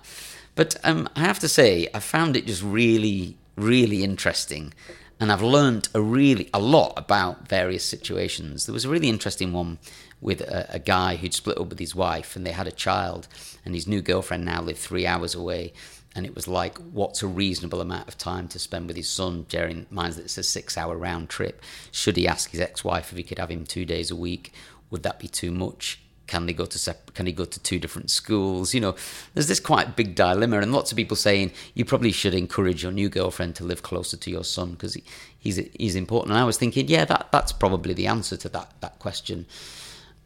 [SPEAKER 1] But um, I have to say, I found it just really, really interesting. And I've learned a really a lot about various situations. There was a really interesting one with a, a guy who'd split up with his wife, and they had a child, and his new girlfriend now lived three hours away. And it was like, what's a reasonable amount of time to spend with his son? Bearing in mind that it's a six-hour round trip, should he ask his ex-wife if he could have him two days a week? Would that be too much? can they go to sep- can they go to two different schools you know there's this quite big dilemma and lots of people saying you probably should encourage your new girlfriend to live closer to your son because he, he's he's important and i was thinking yeah that that's probably the answer to that that question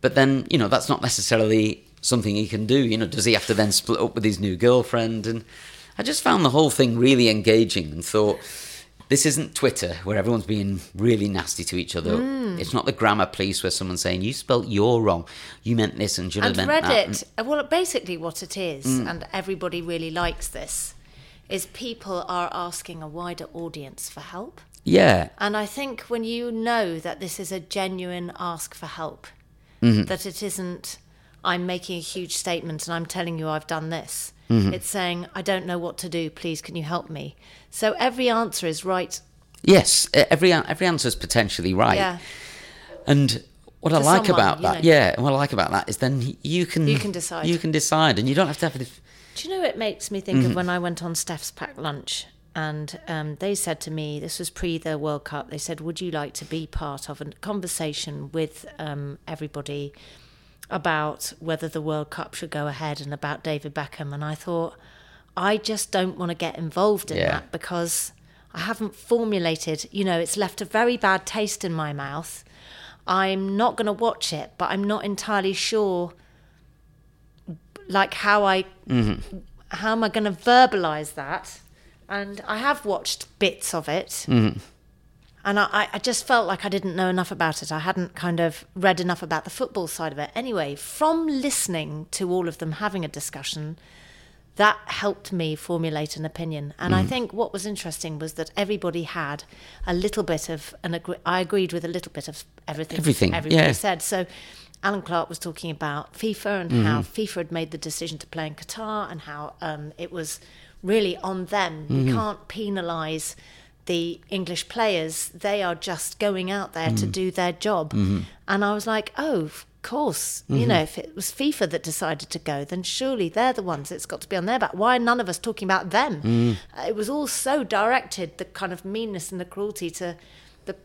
[SPEAKER 1] but then you know that's not necessarily something he can do you know does he have to then split up with his new girlfriend and i just found the whole thing really engaging and thought this isn't Twitter where everyone's being really nasty to each other.
[SPEAKER 2] Hmm.
[SPEAKER 1] It's not the grammar police where someone's saying you spelt your wrong, you meant this and should
[SPEAKER 2] And
[SPEAKER 1] have meant that. mm.
[SPEAKER 2] Reddit, uh, well, basically what it is, and everybody really likes this, is people are asking a wider audience for help.
[SPEAKER 1] Yeah,
[SPEAKER 2] And I think when you know that this is a genuine ask for help, that it isn't, I'm making a huge statement and I'm telling you I've done this. It's saying, I don't know what to do. Please, can you help me? So every answer is right.
[SPEAKER 1] yes. e- Every an- every answer's potentially right.
[SPEAKER 2] Yeah.
[SPEAKER 1] And what I
[SPEAKER 2] To
[SPEAKER 1] like
[SPEAKER 2] someone,
[SPEAKER 1] about
[SPEAKER 2] you
[SPEAKER 1] that,
[SPEAKER 2] know.
[SPEAKER 1] yeah, what I like about that is then y- you can
[SPEAKER 2] You can decide.
[SPEAKER 1] You can decide, and you don't have to have the
[SPEAKER 2] Do you know it makes me think of when I went on Steph's Pack Lunch and um, they said to me, this was pre the World Cup, they said, Would you like to be part of a conversation with um, everybody about whether the World Cup should go ahead and about David Beckham? And I thought, I just don't want to get involved in
[SPEAKER 1] Yeah.
[SPEAKER 2] that because I haven't formulated, you know, it's left a very bad taste in my mouth. I'm not going to watch it, but I'm not entirely sure like how I how am I going to verbalize that? And I have watched bits of it.
[SPEAKER 1] Mm-hmm.
[SPEAKER 2] And I- I, I just felt like I didn't know enough about it. I hadn't kind of read enough about the football side of it. Anyway, from listening to all of them having a discussion, that helped me formulate an opinion. And
[SPEAKER 1] Mm-hmm.
[SPEAKER 2] I think what was interesting was that everybody had a little bit of an agree- I agreed with a little bit of everything
[SPEAKER 1] Everything,
[SPEAKER 2] everybody
[SPEAKER 1] yeah.
[SPEAKER 2] said. So Alan Clark was talking about FIFA and how FIFA had made the decision to play in Qatar and how um, it was really on them. You can't penalise the English players. They are just going out there to do their job. And I was like, oh, of course. You know, if it was FIFA that decided to go, then surely they're the ones that's got to be on their back. Why are none of us talking about them? Uh, It was all so directed, the kind of meanness and the cruelty to the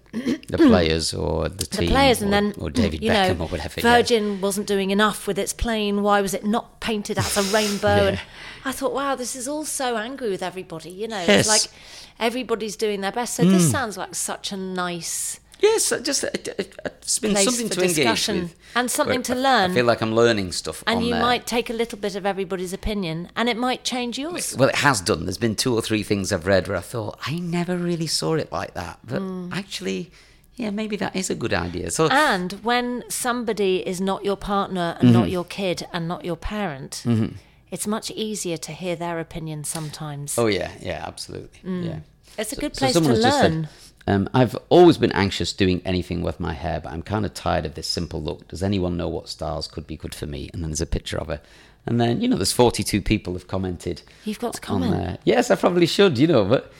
[SPEAKER 1] the players or the
[SPEAKER 2] Mm. the
[SPEAKER 1] team,
[SPEAKER 2] players, and
[SPEAKER 1] or,
[SPEAKER 2] then mm,
[SPEAKER 1] or David
[SPEAKER 2] you
[SPEAKER 1] Beckham
[SPEAKER 2] know,
[SPEAKER 1] or whatever. yeah.
[SPEAKER 2] Virgin wasn't doing enough with its plane. Why was it not painted as a
[SPEAKER 1] <laughs>
[SPEAKER 2] rainbow? And I thought, wow, this is all so angry with everybody. You know,
[SPEAKER 1] Yes. Mm.
[SPEAKER 2] it's like everybody's doing their best. So this sounds like such a nice
[SPEAKER 1] Yes, I just uh, it, it, it's been
[SPEAKER 2] Place
[SPEAKER 1] something
[SPEAKER 2] for
[SPEAKER 1] to engage
[SPEAKER 2] discussion
[SPEAKER 1] with
[SPEAKER 2] and something to
[SPEAKER 1] I- I
[SPEAKER 2] learn.
[SPEAKER 1] feel like I'm learning stuff.
[SPEAKER 2] and
[SPEAKER 1] on
[SPEAKER 2] you
[SPEAKER 1] there.
[SPEAKER 2] might take a little bit of everybody's opinion and it might change yours
[SPEAKER 1] Well, it has done. There's been two or three things I've read where I thought I never really saw it like that, but actually, yeah, maybe that is a good idea. So
[SPEAKER 2] Hmm. and when somebody is not your partner and
[SPEAKER 1] Mm-hmm.
[SPEAKER 2] not your kid and not your parent it's much easier to hear their opinion sometimes
[SPEAKER 1] Oh yeah, yeah, absolutely.
[SPEAKER 2] Hmm.
[SPEAKER 1] Yeah.
[SPEAKER 2] It's a
[SPEAKER 1] So-
[SPEAKER 2] good
[SPEAKER 1] so
[SPEAKER 2] place to
[SPEAKER 1] someone has just said,
[SPEAKER 2] learn.
[SPEAKER 1] um, I've always been anxious doing anything with my hair, but I'm kind of tired of this simple look. Does anyone know what styles could be good for me? And then there's a picture of her. And then, you know, there's 42 people have commented.
[SPEAKER 2] You've got to
[SPEAKER 1] on
[SPEAKER 2] comment.
[SPEAKER 1] there. Yes, I probably should, you know, but,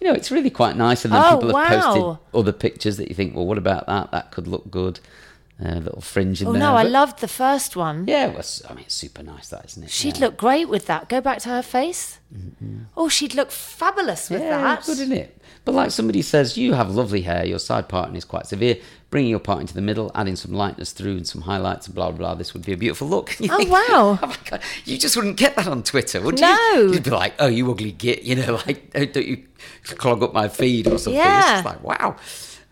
[SPEAKER 1] you know, it's really quite nice. And then
[SPEAKER 2] Oh,
[SPEAKER 1] people have
[SPEAKER 2] wow.
[SPEAKER 1] posted other pictures that you think, well, what about that? That could look good. A little fringe in
[SPEAKER 2] oh
[SPEAKER 1] there.
[SPEAKER 2] no i
[SPEAKER 1] but-
[SPEAKER 2] loved the first one
[SPEAKER 1] Yeah, well, s- I mean, it's super nice, that, isn't it?
[SPEAKER 2] She'd
[SPEAKER 1] Yeah.
[SPEAKER 2] look great with that. Go back to her face. Oh, she'd look fabulous with
[SPEAKER 1] Mm-hmm. yeah,
[SPEAKER 2] that.
[SPEAKER 1] Good, isn't it? But like somebody says, you have lovely hair. Your side parting is quite severe. Bringing your part into the middle, adding some lightness through and some highlights and blah blah. blah This would be a beautiful look. <laughs> You
[SPEAKER 2] Oh, wow.
[SPEAKER 1] Oh my god! You just wouldn't get that on Twitter, would you?
[SPEAKER 2] No.
[SPEAKER 1] You'd be like, "Oh, you ugly git," you know, <laughs> like "Oh, don't you clog up my feed or something?
[SPEAKER 2] Yeah.
[SPEAKER 1] It's just like wow.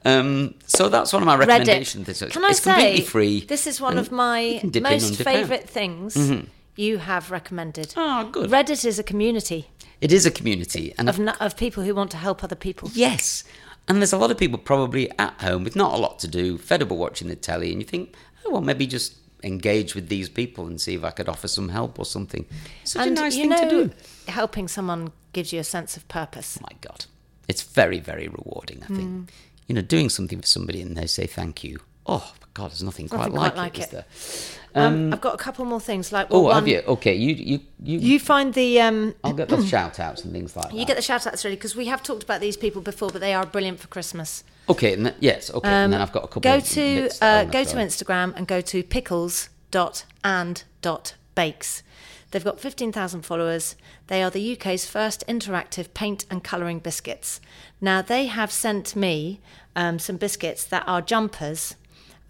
[SPEAKER 1] Um, so that's one of my recommendations. This
[SPEAKER 2] Reddit. Can I
[SPEAKER 1] it's
[SPEAKER 2] say
[SPEAKER 1] completely free.
[SPEAKER 2] this is one
[SPEAKER 1] and
[SPEAKER 2] of my
[SPEAKER 1] you can dip in
[SPEAKER 2] most
[SPEAKER 1] and dip out.
[SPEAKER 2] favourite things you have recommended?
[SPEAKER 1] Oh, good.
[SPEAKER 2] Reddit is a community
[SPEAKER 1] It is a community, and
[SPEAKER 2] of n- of people who want to help other people.
[SPEAKER 1] Yes. And there's a lot of people probably at home with not a lot to do, fed up of watching the telly, and you think, oh, well, maybe just engage with these people and see if I could offer some help or something. Such
[SPEAKER 2] and
[SPEAKER 1] a nice
[SPEAKER 2] you
[SPEAKER 1] thing
[SPEAKER 2] know,
[SPEAKER 1] to do. Oh
[SPEAKER 2] helping someone gives you a sense of purpose. Um,
[SPEAKER 1] My God. It's very, very rewarding, I think.
[SPEAKER 2] Mm.
[SPEAKER 1] You know, doing something for somebody and they say thank you. Oh, my God, there's nothing,
[SPEAKER 2] Nothing
[SPEAKER 1] quite,
[SPEAKER 2] quite
[SPEAKER 1] like,
[SPEAKER 2] like
[SPEAKER 1] it, is
[SPEAKER 2] it.
[SPEAKER 1] there?
[SPEAKER 2] Um, I've got a couple more things. Like, well,
[SPEAKER 1] Mm. Oh, have
[SPEAKER 2] one-
[SPEAKER 1] you? Okay, you, you, you,
[SPEAKER 2] You find the um,
[SPEAKER 1] I'll get the shout outs and things like
[SPEAKER 2] you
[SPEAKER 1] that.
[SPEAKER 2] get the shout outs really because we have talked about these people before, but they are brilliant for Christmas.
[SPEAKER 1] okay, and th- yes, okay, and then I've got a couple
[SPEAKER 2] Um, go
[SPEAKER 1] of
[SPEAKER 2] to
[SPEAKER 1] bits Oh that I
[SPEAKER 2] uh,
[SPEAKER 1] wanna
[SPEAKER 2] go
[SPEAKER 1] throw
[SPEAKER 2] to
[SPEAKER 1] in.
[SPEAKER 2] Instagram and go to pickles dot and dot bakes. They've got 15,000 followers. They are the UK's first interactive paint and colouring biscuits. Now, they have sent me um, some biscuits that are jumpers.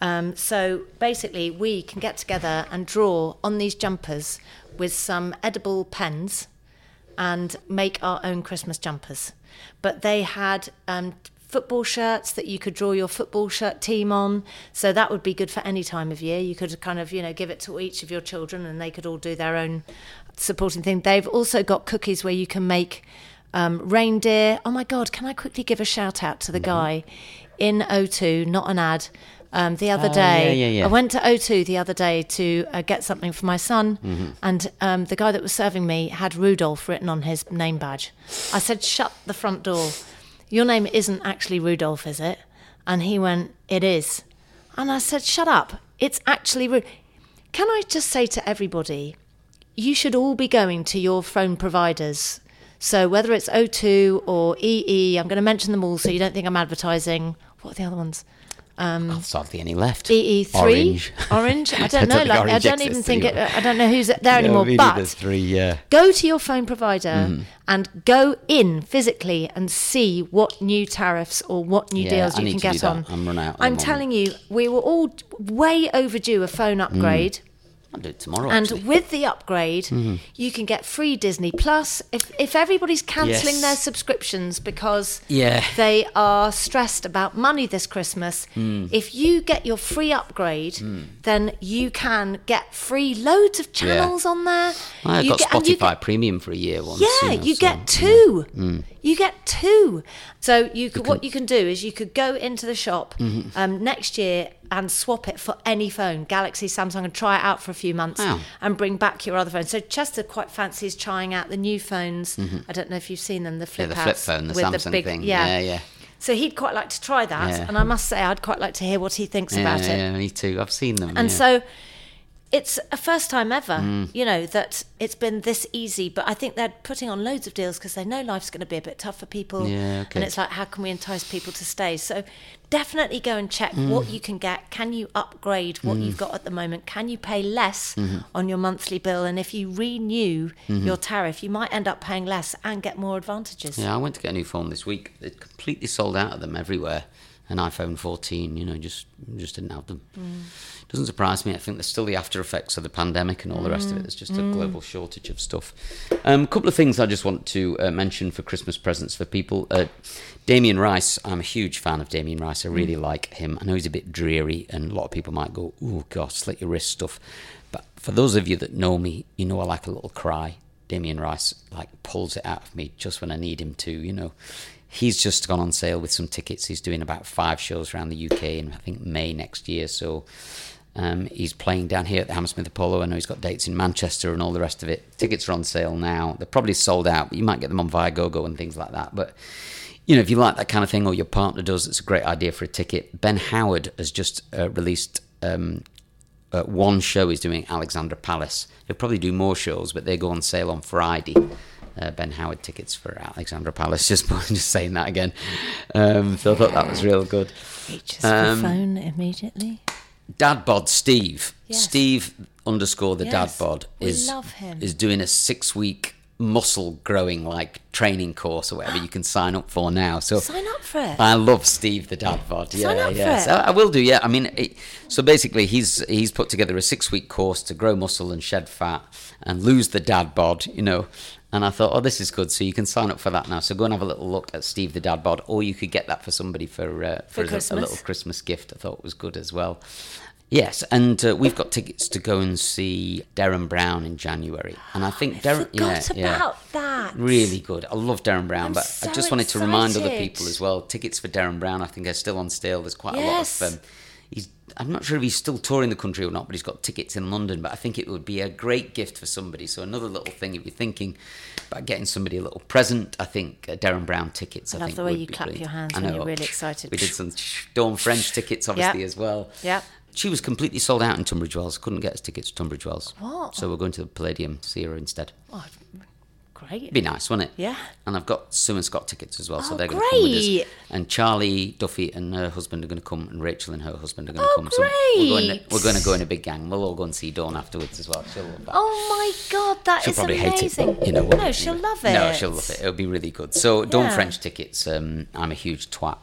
[SPEAKER 2] Um, so basically, we can get together and draw on these jumpers with some edible pens and make our own Christmas jumpers. But they had um, football shirts that you could draw your football shirt team on. So that would be good for any time of year. You could kind of, you know, give it to each of your children and they could all do their own supporting thing. They've also got cookies where you can make um, reindeer. Oh my God, can I quickly give a shout out to the guy in O2, not an ad. Um, the other
[SPEAKER 1] Oh,
[SPEAKER 2] day,
[SPEAKER 1] yeah, yeah, yeah.
[SPEAKER 2] I went to O2 the other day to uh, get something for my son,
[SPEAKER 1] Mm-hmm.
[SPEAKER 2] and um, the guy that was serving me had Rudolph written on his name badge. I said, "Shut the front door. Your name isn't actually Rudolph, is it?" And he went, "It is." And I said, "Shut up. It's actually Ru." Can I just say to everybody, you should all be going to your phone providers. So whether it's O2 or EE, I'm going to mention them all so you don't think I'm advertising. What are the other ones?
[SPEAKER 1] There's hardly any left.
[SPEAKER 2] EE E three,
[SPEAKER 1] Orange. <laughs>
[SPEAKER 2] Orange? I
[SPEAKER 1] I
[SPEAKER 2] don't
[SPEAKER 1] don't
[SPEAKER 2] know.
[SPEAKER 1] think
[SPEAKER 2] like, I
[SPEAKER 1] Orange
[SPEAKER 2] don't even
[SPEAKER 1] exists
[SPEAKER 2] think it,
[SPEAKER 1] anymore.
[SPEAKER 2] I don't know who's there anymore.
[SPEAKER 1] there's
[SPEAKER 2] But
[SPEAKER 1] three, Mm-hmm. yeah.
[SPEAKER 2] go to your phone provider and go in physically and see what new tariffs or what new
[SPEAKER 1] Yeah,
[SPEAKER 2] deals
[SPEAKER 1] I
[SPEAKER 2] you
[SPEAKER 1] need
[SPEAKER 2] can
[SPEAKER 1] to do
[SPEAKER 2] get
[SPEAKER 1] that.
[SPEAKER 2] on.
[SPEAKER 1] I'm run out at the
[SPEAKER 2] I'm
[SPEAKER 1] moment. Mm.
[SPEAKER 2] telling you, we were all way overdue a phone upgrade.
[SPEAKER 1] I'll do it tomorrow.
[SPEAKER 2] And
[SPEAKER 1] actually.
[SPEAKER 2] with the upgrade,
[SPEAKER 1] Mm-hmm.
[SPEAKER 2] you can get free Disney Plus. If if everybody's cancelling
[SPEAKER 1] Yes.
[SPEAKER 2] their subscriptions because
[SPEAKER 1] Yeah.
[SPEAKER 2] they are stressed about money this Christmas,
[SPEAKER 1] Mm.
[SPEAKER 2] if you get your free upgrade, then you can get free loads of channels on there.
[SPEAKER 1] I
[SPEAKER 2] you
[SPEAKER 1] got
[SPEAKER 2] get- and you
[SPEAKER 1] Spotify
[SPEAKER 2] get-
[SPEAKER 1] Premium for a year once.
[SPEAKER 2] yeah,
[SPEAKER 1] know,
[SPEAKER 2] you
[SPEAKER 1] so-
[SPEAKER 2] get two. You get two. So you could, what you can do is you could go into the shop
[SPEAKER 1] Mm-hmm.
[SPEAKER 2] um, next year and swap it for any phone, Galaxy, Samsung, and try it out for a few months
[SPEAKER 1] Wow.
[SPEAKER 2] and bring back your other phone. So Chester quite fancies trying out the new phones. I don't know if you've seen them, the
[SPEAKER 1] Mm-hmm. Yeah,
[SPEAKER 2] flip
[SPEAKER 1] the flip
[SPEAKER 2] outs
[SPEAKER 1] phone, the
[SPEAKER 2] with
[SPEAKER 1] Samsung
[SPEAKER 2] big-
[SPEAKER 1] thing. Yeah, yeah. yeah.
[SPEAKER 2] So he'd quite like to try that,
[SPEAKER 1] Yeah.
[SPEAKER 2] and I must say I'd quite like to hear what he thinks about it.
[SPEAKER 1] yeah, me too. I've seen them.
[SPEAKER 2] And
[SPEAKER 1] yeah. Mm.
[SPEAKER 2] so it's a first time ever, you know, that it's been this easy. But I think they're putting on loads of deals because they know life's going to be a bit tough for people.
[SPEAKER 1] Yeah, okay.
[SPEAKER 2] And it's like, how can we entice people to stay? So definitely go and check what
[SPEAKER 1] Mm.
[SPEAKER 2] you can get. Can you upgrade what you've got at the moment? Can you pay less
[SPEAKER 1] Mm-hmm.
[SPEAKER 2] on your monthly bill? And if you renew your tariff, you might end up paying less and get more advantages.
[SPEAKER 1] Yeah, I went to get a new phone this week. They completely sold out of them everywhere. An iPhone 14, you know, just just didn't have them. Doesn't surprise me. I think there's still the after effects of the pandemic and all the rest of it. There's just a global shortage of stuff. A um, couple of things I just want to uh, mention for Christmas presents for people. Uh, Damien Rice, I'm a huge fan of Damien Rice. I really like him. I know he's a bit dreary, and a lot of people might go, "Oh God, slit your wrist stuff." But for those of you that know me, you know I like a little cry. Damien Rice like pulls it out of me just when I need him to, you know. He's just gone on sale with some tickets. He's doing about five shows around the UK in I think May next year. So um, he's playing down here at the Hammersmith Apollo. I know he's got dates in Manchester and all the rest of it. Tickets are on sale now. They're probably sold out, but you might get them on Viagogo and things like that. But you know, if you like that kind of thing or your partner does, it's a great idea for a ticket. Ben Howard has just uh, released um, uh, one show he's doing at Alexandra Palace. He'll probably do more shows, but they go on sale on Friday. Uh, ben Howard tickets for Alexandra Palace. <laughs> Just, just saying that again. Um, so I thought that was real good.
[SPEAKER 2] Reaches
[SPEAKER 1] Um,
[SPEAKER 2] for phone immediately.
[SPEAKER 1] Dad bod Steve.
[SPEAKER 2] Yes.
[SPEAKER 1] Steve underscore the
[SPEAKER 2] Yes.
[SPEAKER 1] dad bod
[SPEAKER 2] We
[SPEAKER 1] is
[SPEAKER 2] love him.
[SPEAKER 1] is doing a six week muscle growing like training course or whatever you can sign up for now. So
[SPEAKER 2] Sign up for it.
[SPEAKER 1] I love Steve the dad bod. Yeah,
[SPEAKER 2] Sign up for
[SPEAKER 1] yeah.
[SPEAKER 2] it.
[SPEAKER 1] So I will do. Yeah, I mean, it, so basically, he's he's put together a six week course to grow muscle and shed fat and lose the dad bod. You know. And I thought, oh, this is good. So you can sign up for that now. So go and have a little look at Steve the Dad Bod, or you could get that for somebody for uh, for, a- a
[SPEAKER 2] Christmas.
[SPEAKER 1] little Christmas gift. I thought was good as well. Yes, and uh, we've got tickets to go and see Darren Brown in January, and I think Darren.
[SPEAKER 2] Forgot
[SPEAKER 1] yeah, yeah.
[SPEAKER 2] about that.
[SPEAKER 1] Really good. I love Darren Brown,
[SPEAKER 2] I'm
[SPEAKER 1] but
[SPEAKER 2] so
[SPEAKER 1] I just wanted to remind other
[SPEAKER 2] excited.
[SPEAKER 1] people as well. Tickets for Darren Brown, I think, are still on sale. There's quite
[SPEAKER 2] Yes.
[SPEAKER 1] a lot of. Um, he's. I'm not sure if he's still touring the country or not, but he's got tickets in London. But I think it would be a great gift for somebody. So another little thing, if you're thinking about getting somebody a little present, I think uh, Darren Brown tickets. I,
[SPEAKER 2] love
[SPEAKER 1] think
[SPEAKER 2] the way
[SPEAKER 1] would
[SPEAKER 2] you
[SPEAKER 1] be
[SPEAKER 2] clap
[SPEAKER 1] brilliant.
[SPEAKER 2] your hands
[SPEAKER 1] I
[SPEAKER 2] when
[SPEAKER 1] know.
[SPEAKER 2] you're really excited.
[SPEAKER 1] We did some Dawn French tickets, obviously, as well.
[SPEAKER 2] Yep.
[SPEAKER 1] She was completely sold out in Tunbridge Wells. Couldn't get us tickets to Tunbridge Wells.
[SPEAKER 2] What?
[SPEAKER 1] So we're going to the Palladium to see her instead.
[SPEAKER 2] Oh, Great.
[SPEAKER 1] It'd be nice, wouldn't it?
[SPEAKER 2] Yeah.
[SPEAKER 1] And I've got Sue and Scott tickets as well, so
[SPEAKER 2] Oh,
[SPEAKER 1] they're going to come with
[SPEAKER 2] great.
[SPEAKER 1] us. And Charlie Duffy and her husband are going to come, and Rachel and her husband are going to
[SPEAKER 2] Oh,
[SPEAKER 1] come. So we're going, to,
[SPEAKER 2] great.
[SPEAKER 1] we're going to go in a big gang. We'll all go and see Dawn afterwards as well. She'll love that.
[SPEAKER 2] Oh my god, that is
[SPEAKER 1] She'll probably
[SPEAKER 2] amazing.
[SPEAKER 1] hate it. but You know what?
[SPEAKER 2] No, she'll love it.
[SPEAKER 1] No, she'll love it. It'll be really good. So, Dawn
[SPEAKER 2] Yeah.
[SPEAKER 1] French tickets. Um, I'm a huge twat.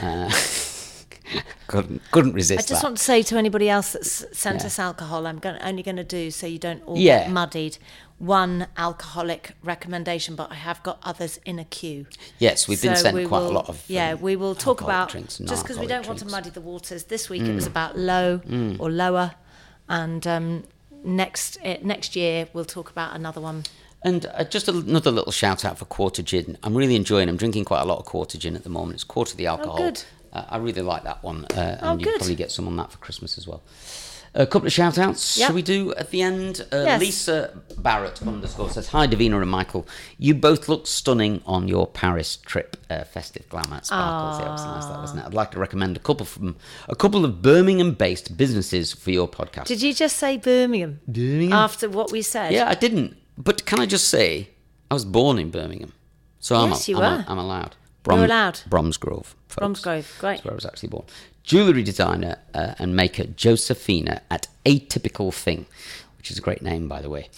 [SPEAKER 1] Uh, <laughs> couldn't, couldn't
[SPEAKER 2] I
[SPEAKER 1] resist
[SPEAKER 2] just
[SPEAKER 1] that.
[SPEAKER 2] want to say to anybody else that's sent us alcohol, I'm going, only going to do so you don't all
[SPEAKER 1] Yeah.
[SPEAKER 2] get muddied. One alcoholic recommendation, but I have got others in a queue.
[SPEAKER 1] yes, we've been
[SPEAKER 2] So
[SPEAKER 1] sent
[SPEAKER 2] we
[SPEAKER 1] quite a
[SPEAKER 2] will-
[SPEAKER 1] lot of.
[SPEAKER 2] Yeah,
[SPEAKER 1] um,
[SPEAKER 2] we will talk
[SPEAKER 1] alcoholic
[SPEAKER 2] about
[SPEAKER 1] drinks and
[SPEAKER 2] just because we
[SPEAKER 1] non-alcoholic
[SPEAKER 2] don't want to
[SPEAKER 1] drinks. Mm.
[SPEAKER 2] muddy the waters. This week it was about low or lower, and um, next eh, next year we'll talk about another one.
[SPEAKER 1] And uh, just a- another little shout out for quarter gin. I'm really enjoying. I'm drinking quite a lot of quarter gin at the moment. It's quarter the alcohol.
[SPEAKER 2] Oh, good.
[SPEAKER 1] Uh, I really like that one, uh, and
[SPEAKER 2] Oh,
[SPEAKER 1] you
[SPEAKER 2] good.
[SPEAKER 1] can probably get some on that for Christmas as well. A couple of shout outs.
[SPEAKER 2] Yep.
[SPEAKER 1] Shall we do at the end? Uh,
[SPEAKER 2] Yes.
[SPEAKER 1] Lisa Barrett underscore says, Hi, Davina and Michael. You both look stunning on your Paris trip. Uh, festive glamour at sparkles. Yeah, it was nice, that, wasn't it? I'd like to recommend a couple from a couple of Birmingham based businesses for your podcast.
[SPEAKER 2] Did you just say Birmingham? Birmingham after what we said?
[SPEAKER 1] Yeah, I didn't. But can I just say, I was born in Birmingham, so I'm,
[SPEAKER 2] Yes, you
[SPEAKER 1] I'm,
[SPEAKER 2] were.
[SPEAKER 1] I'm allowed.
[SPEAKER 2] You're allowed.
[SPEAKER 1] Bromsgrove. folks.
[SPEAKER 2] Bromsgrove, great.
[SPEAKER 1] That's where I was actually born. Jewellery designer uh, and maker Josephina at Atypical Thing, which is a great name, by the way.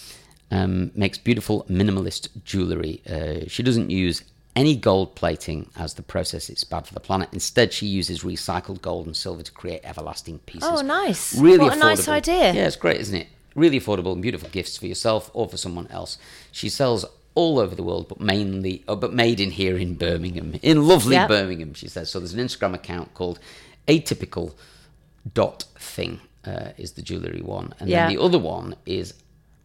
[SPEAKER 1] Um, makes beautiful minimalist jewellery. Uh, she doesn't use any gold plating as the process is bad for the planet. Instead, she uses recycled gold and silver to create everlasting pieces.
[SPEAKER 2] Oh, nice.
[SPEAKER 1] Really
[SPEAKER 2] What a nice
[SPEAKER 1] affordable.
[SPEAKER 2] idea.
[SPEAKER 1] Yeah, it's great, isn't it? Really affordable and beautiful gifts for yourself or for someone else. She sells all over the world, but mainly, oh, but made in here in Birmingham, in lovely
[SPEAKER 2] Yep.
[SPEAKER 1] Birmingham. She says so. There's an Instagram account called Atypical Dot Thing uh, is the jewellery one, and
[SPEAKER 2] Yeah.
[SPEAKER 1] then the other one is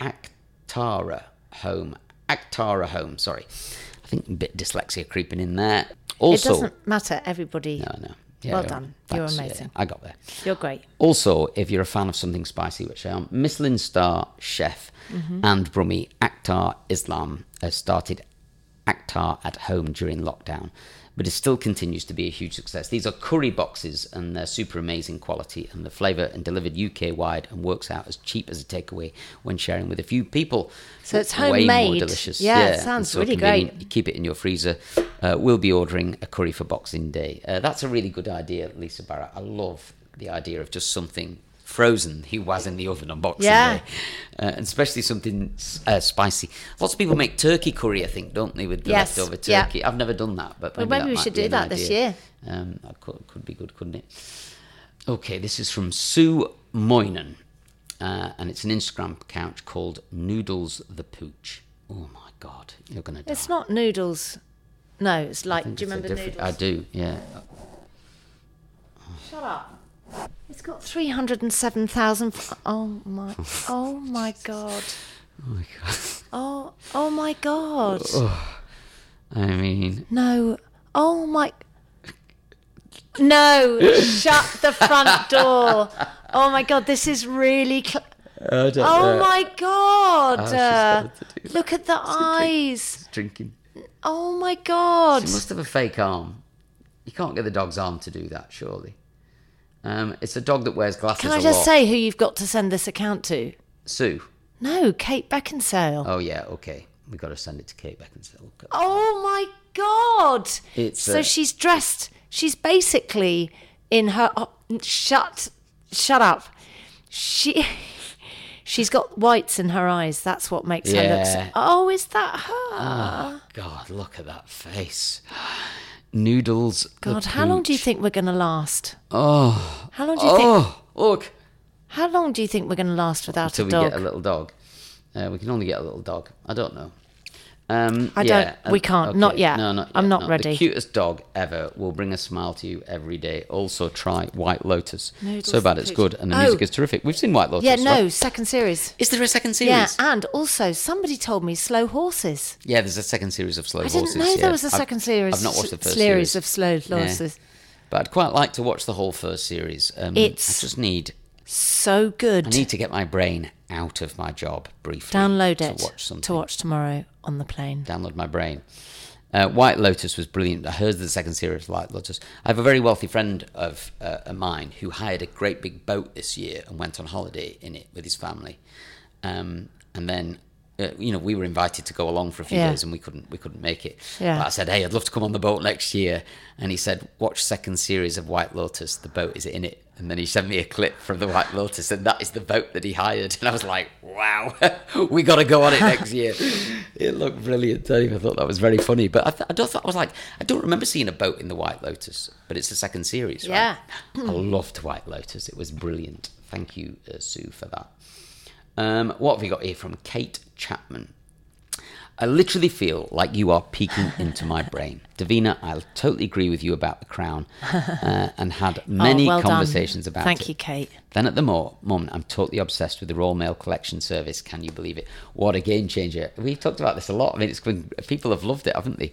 [SPEAKER 1] Actara Home. Actara Home, sorry. I I think a bit of dyslexia creeping in there. Also,
[SPEAKER 2] it doesn't matter. Everybody.
[SPEAKER 1] no, no. Yeah,
[SPEAKER 2] well
[SPEAKER 1] yeah.
[SPEAKER 2] done. You're
[SPEAKER 1] Thanks, yeah,
[SPEAKER 2] amazing.
[SPEAKER 1] I got there.
[SPEAKER 2] You're great.
[SPEAKER 1] Also, if you're a fan of something spicy, which I am, Michelin star chef
[SPEAKER 2] Mm-hmm.
[SPEAKER 1] and Brummy Akhtar Islam has started Akhtar at home during lockdown, but it still continues to be a huge success. These are curry boxes and they're super amazing quality and the flavour and delivered UK wide and works out as cheap as a takeaway when sharing with a few people.
[SPEAKER 2] So it's
[SPEAKER 1] Way more
[SPEAKER 2] homemade.
[SPEAKER 1] delicious.
[SPEAKER 2] Yeah, it
[SPEAKER 1] and
[SPEAKER 2] sounds
[SPEAKER 1] so
[SPEAKER 2] really
[SPEAKER 1] convenient.
[SPEAKER 2] great.
[SPEAKER 1] You keep it in your freezer. Uh, we'll be ordering a curry for Boxing Day. Uh, that's a really good idea, Lisa Barrett. I love the idea of just something frozen he was in the oven on Boxing
[SPEAKER 2] Yeah.
[SPEAKER 1] Day, uh, and especially something s- uh, spicy. Lots of people make turkey curry, I think, don't they, with the
[SPEAKER 2] Yes,
[SPEAKER 1] leftover
[SPEAKER 2] yeah.
[SPEAKER 1] turkey? I've never done that, but
[SPEAKER 2] Well,
[SPEAKER 1] maybe,
[SPEAKER 2] maybe
[SPEAKER 1] that
[SPEAKER 2] we
[SPEAKER 1] might
[SPEAKER 2] should
[SPEAKER 1] be
[SPEAKER 2] do
[SPEAKER 1] an
[SPEAKER 2] that this
[SPEAKER 1] idea.
[SPEAKER 2] year.
[SPEAKER 1] Um, that could, could be good, couldn't it? Okay, this is from Sue Moynan, uh, and it's an Instagram account called Noodles the Pooch. Oh my God, you're gonna die.
[SPEAKER 2] It's not noodles. No, it's like. Do you
[SPEAKER 1] It's a
[SPEAKER 2] remember
[SPEAKER 1] different-
[SPEAKER 2] noodles?
[SPEAKER 1] I do, yeah.
[SPEAKER 2] Shut up. It's got 307,000. f- Oh my. Oh my God.
[SPEAKER 1] Oh my
[SPEAKER 2] <laughs>
[SPEAKER 1] God.
[SPEAKER 2] Oh, oh my God.
[SPEAKER 1] I mean,
[SPEAKER 2] No. Oh my. No. Shut
[SPEAKER 1] <laughs>
[SPEAKER 2] the front door. Oh my God. This is really. Cl-
[SPEAKER 1] I don't Oh,
[SPEAKER 2] oh my God.
[SPEAKER 1] she's
[SPEAKER 2] Uh,
[SPEAKER 1] got it to do.
[SPEAKER 2] look at the eyes.
[SPEAKER 1] Drinking.
[SPEAKER 2] Oh my God.
[SPEAKER 1] She must have a fake arm. You can't get the dog's arm to do that, surely. Um, it's a dog that wears glasses.
[SPEAKER 2] Can I
[SPEAKER 1] a
[SPEAKER 2] just
[SPEAKER 1] lot.
[SPEAKER 2] say who you've got to send this account to?
[SPEAKER 1] Sue?
[SPEAKER 2] No, Kate Beckinsale.
[SPEAKER 1] Oh yeah, okay. We got to send it to Kate Beckinsale. Okay.
[SPEAKER 2] Oh my god!
[SPEAKER 1] It's,
[SPEAKER 2] so
[SPEAKER 1] uh,
[SPEAKER 2] she's dressed. She's basically in her. Oh, shut, shut up. She, <laughs> she's got whites in her eyes. That's what makes her
[SPEAKER 1] Yeah. Ah,
[SPEAKER 2] look. Oh, is that her? Oh.
[SPEAKER 1] God, look at that face. <gasps> Noodles. the
[SPEAKER 2] god, how long do you
[SPEAKER 1] pooch.
[SPEAKER 2] think we're gonna last?
[SPEAKER 1] Oh,
[SPEAKER 2] How long do you think?
[SPEAKER 1] oh, look.
[SPEAKER 2] How long do you think we're gonna last without
[SPEAKER 1] Till
[SPEAKER 2] a
[SPEAKER 1] we
[SPEAKER 2] dog?
[SPEAKER 1] get a little dog. Uh, we can only get a little dog. I don't know. Um,
[SPEAKER 2] I
[SPEAKER 1] yeah,
[SPEAKER 2] don't-
[SPEAKER 1] um,
[SPEAKER 2] we can't. Not yet.
[SPEAKER 1] No, not
[SPEAKER 2] I'm
[SPEAKER 1] yet,
[SPEAKER 2] not
[SPEAKER 1] The
[SPEAKER 2] ready.
[SPEAKER 1] cutest dog ever will bring a smile to you every day. Also, try White Lotus.
[SPEAKER 2] Noodles
[SPEAKER 1] so bad
[SPEAKER 2] the
[SPEAKER 1] it's
[SPEAKER 2] Pooch.
[SPEAKER 1] good, and the
[SPEAKER 2] Oh.
[SPEAKER 1] music is terrific. We've seen White Lotus.
[SPEAKER 2] yeah, no,
[SPEAKER 1] right?
[SPEAKER 2] second series.
[SPEAKER 1] Is there a second series?
[SPEAKER 2] Yeah, and also somebody told me slow horses.
[SPEAKER 1] Yeah, there's a second series of Slow
[SPEAKER 2] I
[SPEAKER 1] Horses.
[SPEAKER 2] didn't know
[SPEAKER 1] yeah.
[SPEAKER 2] there was a
[SPEAKER 1] I've-
[SPEAKER 2] 2nd series.
[SPEAKER 1] I've not watched the first
[SPEAKER 2] series
[SPEAKER 1] series
[SPEAKER 2] of slow
[SPEAKER 1] Yeah.
[SPEAKER 2] horses.
[SPEAKER 1] But I'd quite like to watch the whole first series. Um,
[SPEAKER 2] It's-
[SPEAKER 1] I just need
[SPEAKER 2] So good.
[SPEAKER 1] I need to get my brain out of my job briefly.
[SPEAKER 2] Download
[SPEAKER 1] to
[SPEAKER 2] it
[SPEAKER 1] watch something.
[SPEAKER 2] to watch tomorrow on the plane.
[SPEAKER 1] download my brain. Uh, White Lotus was brilliant. I heard the second series of White Lotus. I have a very wealthy friend of uh, of mine who hired a great big boat this year and went on holiday in it with his family. Um, and then, uh, you know, we were invited to go along for a few
[SPEAKER 2] Yeah.
[SPEAKER 1] days and we couldn't we couldn't make it.
[SPEAKER 2] Yeah.
[SPEAKER 1] But I said, hey, I'd love to come on the boat next year. And he said, watch second series of White Lotus. The boat is in it. And then he sent me a clip from the White Lotus, and that is the boat that he hired. And I was like, wow, <laughs> we got to go on it next year. it looked brilliant. I even thought that was very funny. But I, th- I don't thought I was like, I don't remember seeing a boat in the White Lotus, but it's the second series, right?
[SPEAKER 2] Yeah.
[SPEAKER 1] I loved White Lotus. It was brilliant. Thank you, uh, Sue, for that. Um, what have we got here from Kate Chapman? I literally feel like you are peeking into
[SPEAKER 2] <laughs>
[SPEAKER 1] my brain. Davina, I totally agree with you about the crown uh, and had many
[SPEAKER 2] oh, well done.
[SPEAKER 1] conversations about
[SPEAKER 2] Thank
[SPEAKER 1] it.
[SPEAKER 2] you, Kate.
[SPEAKER 1] Then at the mo- moment, I'm totally obsessed with the Royal Mail collection service. Can you believe it? What a game changer. We've talked about this a lot. I mean, it's been, people have loved it, haven't they?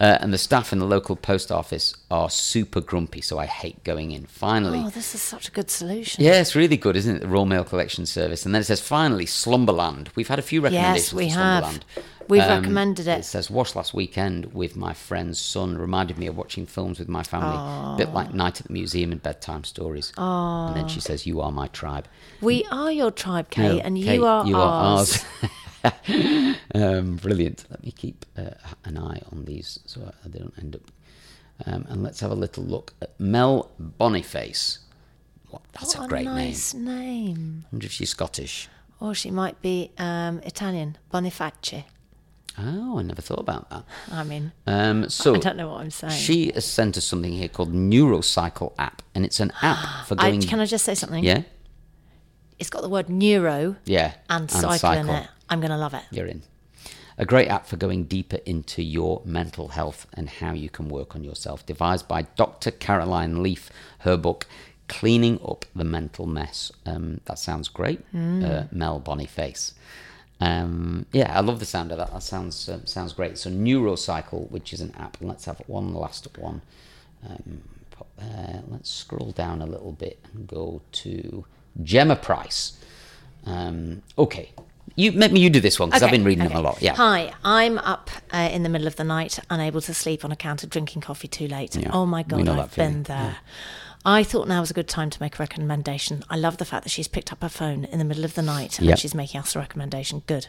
[SPEAKER 1] Uh, and the staff in the local post office are super grumpy, so I hate going in. Finally,
[SPEAKER 2] Oh, this is such a good solution.
[SPEAKER 1] yeah, it's really good, isn't it? The Royal Mail Collection Service. And then it says, finally, Slumberland. We've had a few recommendations
[SPEAKER 2] Yes, we
[SPEAKER 1] for
[SPEAKER 2] have.
[SPEAKER 1] Slumberland.
[SPEAKER 2] We've
[SPEAKER 1] Um,
[SPEAKER 2] recommended
[SPEAKER 1] It
[SPEAKER 2] it.
[SPEAKER 1] says, watched last weekend with my friend's son. Reminded me of watching films with my family. A bit like Night at the Museum and Bedtime Stories. And then she says, you are my tribe.
[SPEAKER 2] We are your tribe, Kate,
[SPEAKER 1] No,
[SPEAKER 2] and
[SPEAKER 1] Kate,
[SPEAKER 2] you are ours.
[SPEAKER 1] ours. um, brilliant. Let me keep uh, an eye on these so I- they don't end up. Um, and let's have a little look at Mel Boniface. What, <laughs> that's
[SPEAKER 2] What
[SPEAKER 1] a great name.
[SPEAKER 2] nice name.
[SPEAKER 1] I wonder if she's Scottish.
[SPEAKER 2] Or she might be um, Italian. Boniface.
[SPEAKER 1] Oh, I never thought about that.
[SPEAKER 2] I mean,
[SPEAKER 1] Um, so
[SPEAKER 2] I don't know what I'm saying.
[SPEAKER 1] She has sent us something here called Neurocycle app, and it's an
[SPEAKER 2] <gasps>
[SPEAKER 1] app for
[SPEAKER 2] I,
[SPEAKER 1] going.
[SPEAKER 2] can I just say something?
[SPEAKER 1] Yeah,
[SPEAKER 2] It's got the word neuro
[SPEAKER 1] yeah,
[SPEAKER 2] and, cycle, in it. I'm going to love it.
[SPEAKER 1] You're in. A great app for going deeper into your mental health and how you can work on yourself. Devised by Dr. Caroline Leaf, her book,
[SPEAKER 2] Mm.
[SPEAKER 1] Cleaning Up the Mental Mess. Um, that sounds great. Uh, Mel Boniface. Um, yeah, I love the sound of that. That sounds uh, sounds great. So Neurocycle, which is an app. Let's have one last one. Um, pop there. Let's scroll down a little bit and go to Gemma Price. Um, okay, you maybe you do this one because I've
[SPEAKER 2] Okay,
[SPEAKER 1] been reading them
[SPEAKER 2] okay.
[SPEAKER 1] a lot. Yeah.
[SPEAKER 2] Hi, I'm up uh, in the middle of the night, unable to sleep on account of drinking coffee too late.
[SPEAKER 1] Yeah,
[SPEAKER 2] oh my
[SPEAKER 1] we
[SPEAKER 2] God,
[SPEAKER 1] know that
[SPEAKER 2] I've
[SPEAKER 1] feeling.
[SPEAKER 2] been there. I thought now was a good time to make a recommendation. I love the fact that she's picked up her phone in the middle of the night
[SPEAKER 1] Yep.
[SPEAKER 2] and she's making us a recommendation. Good.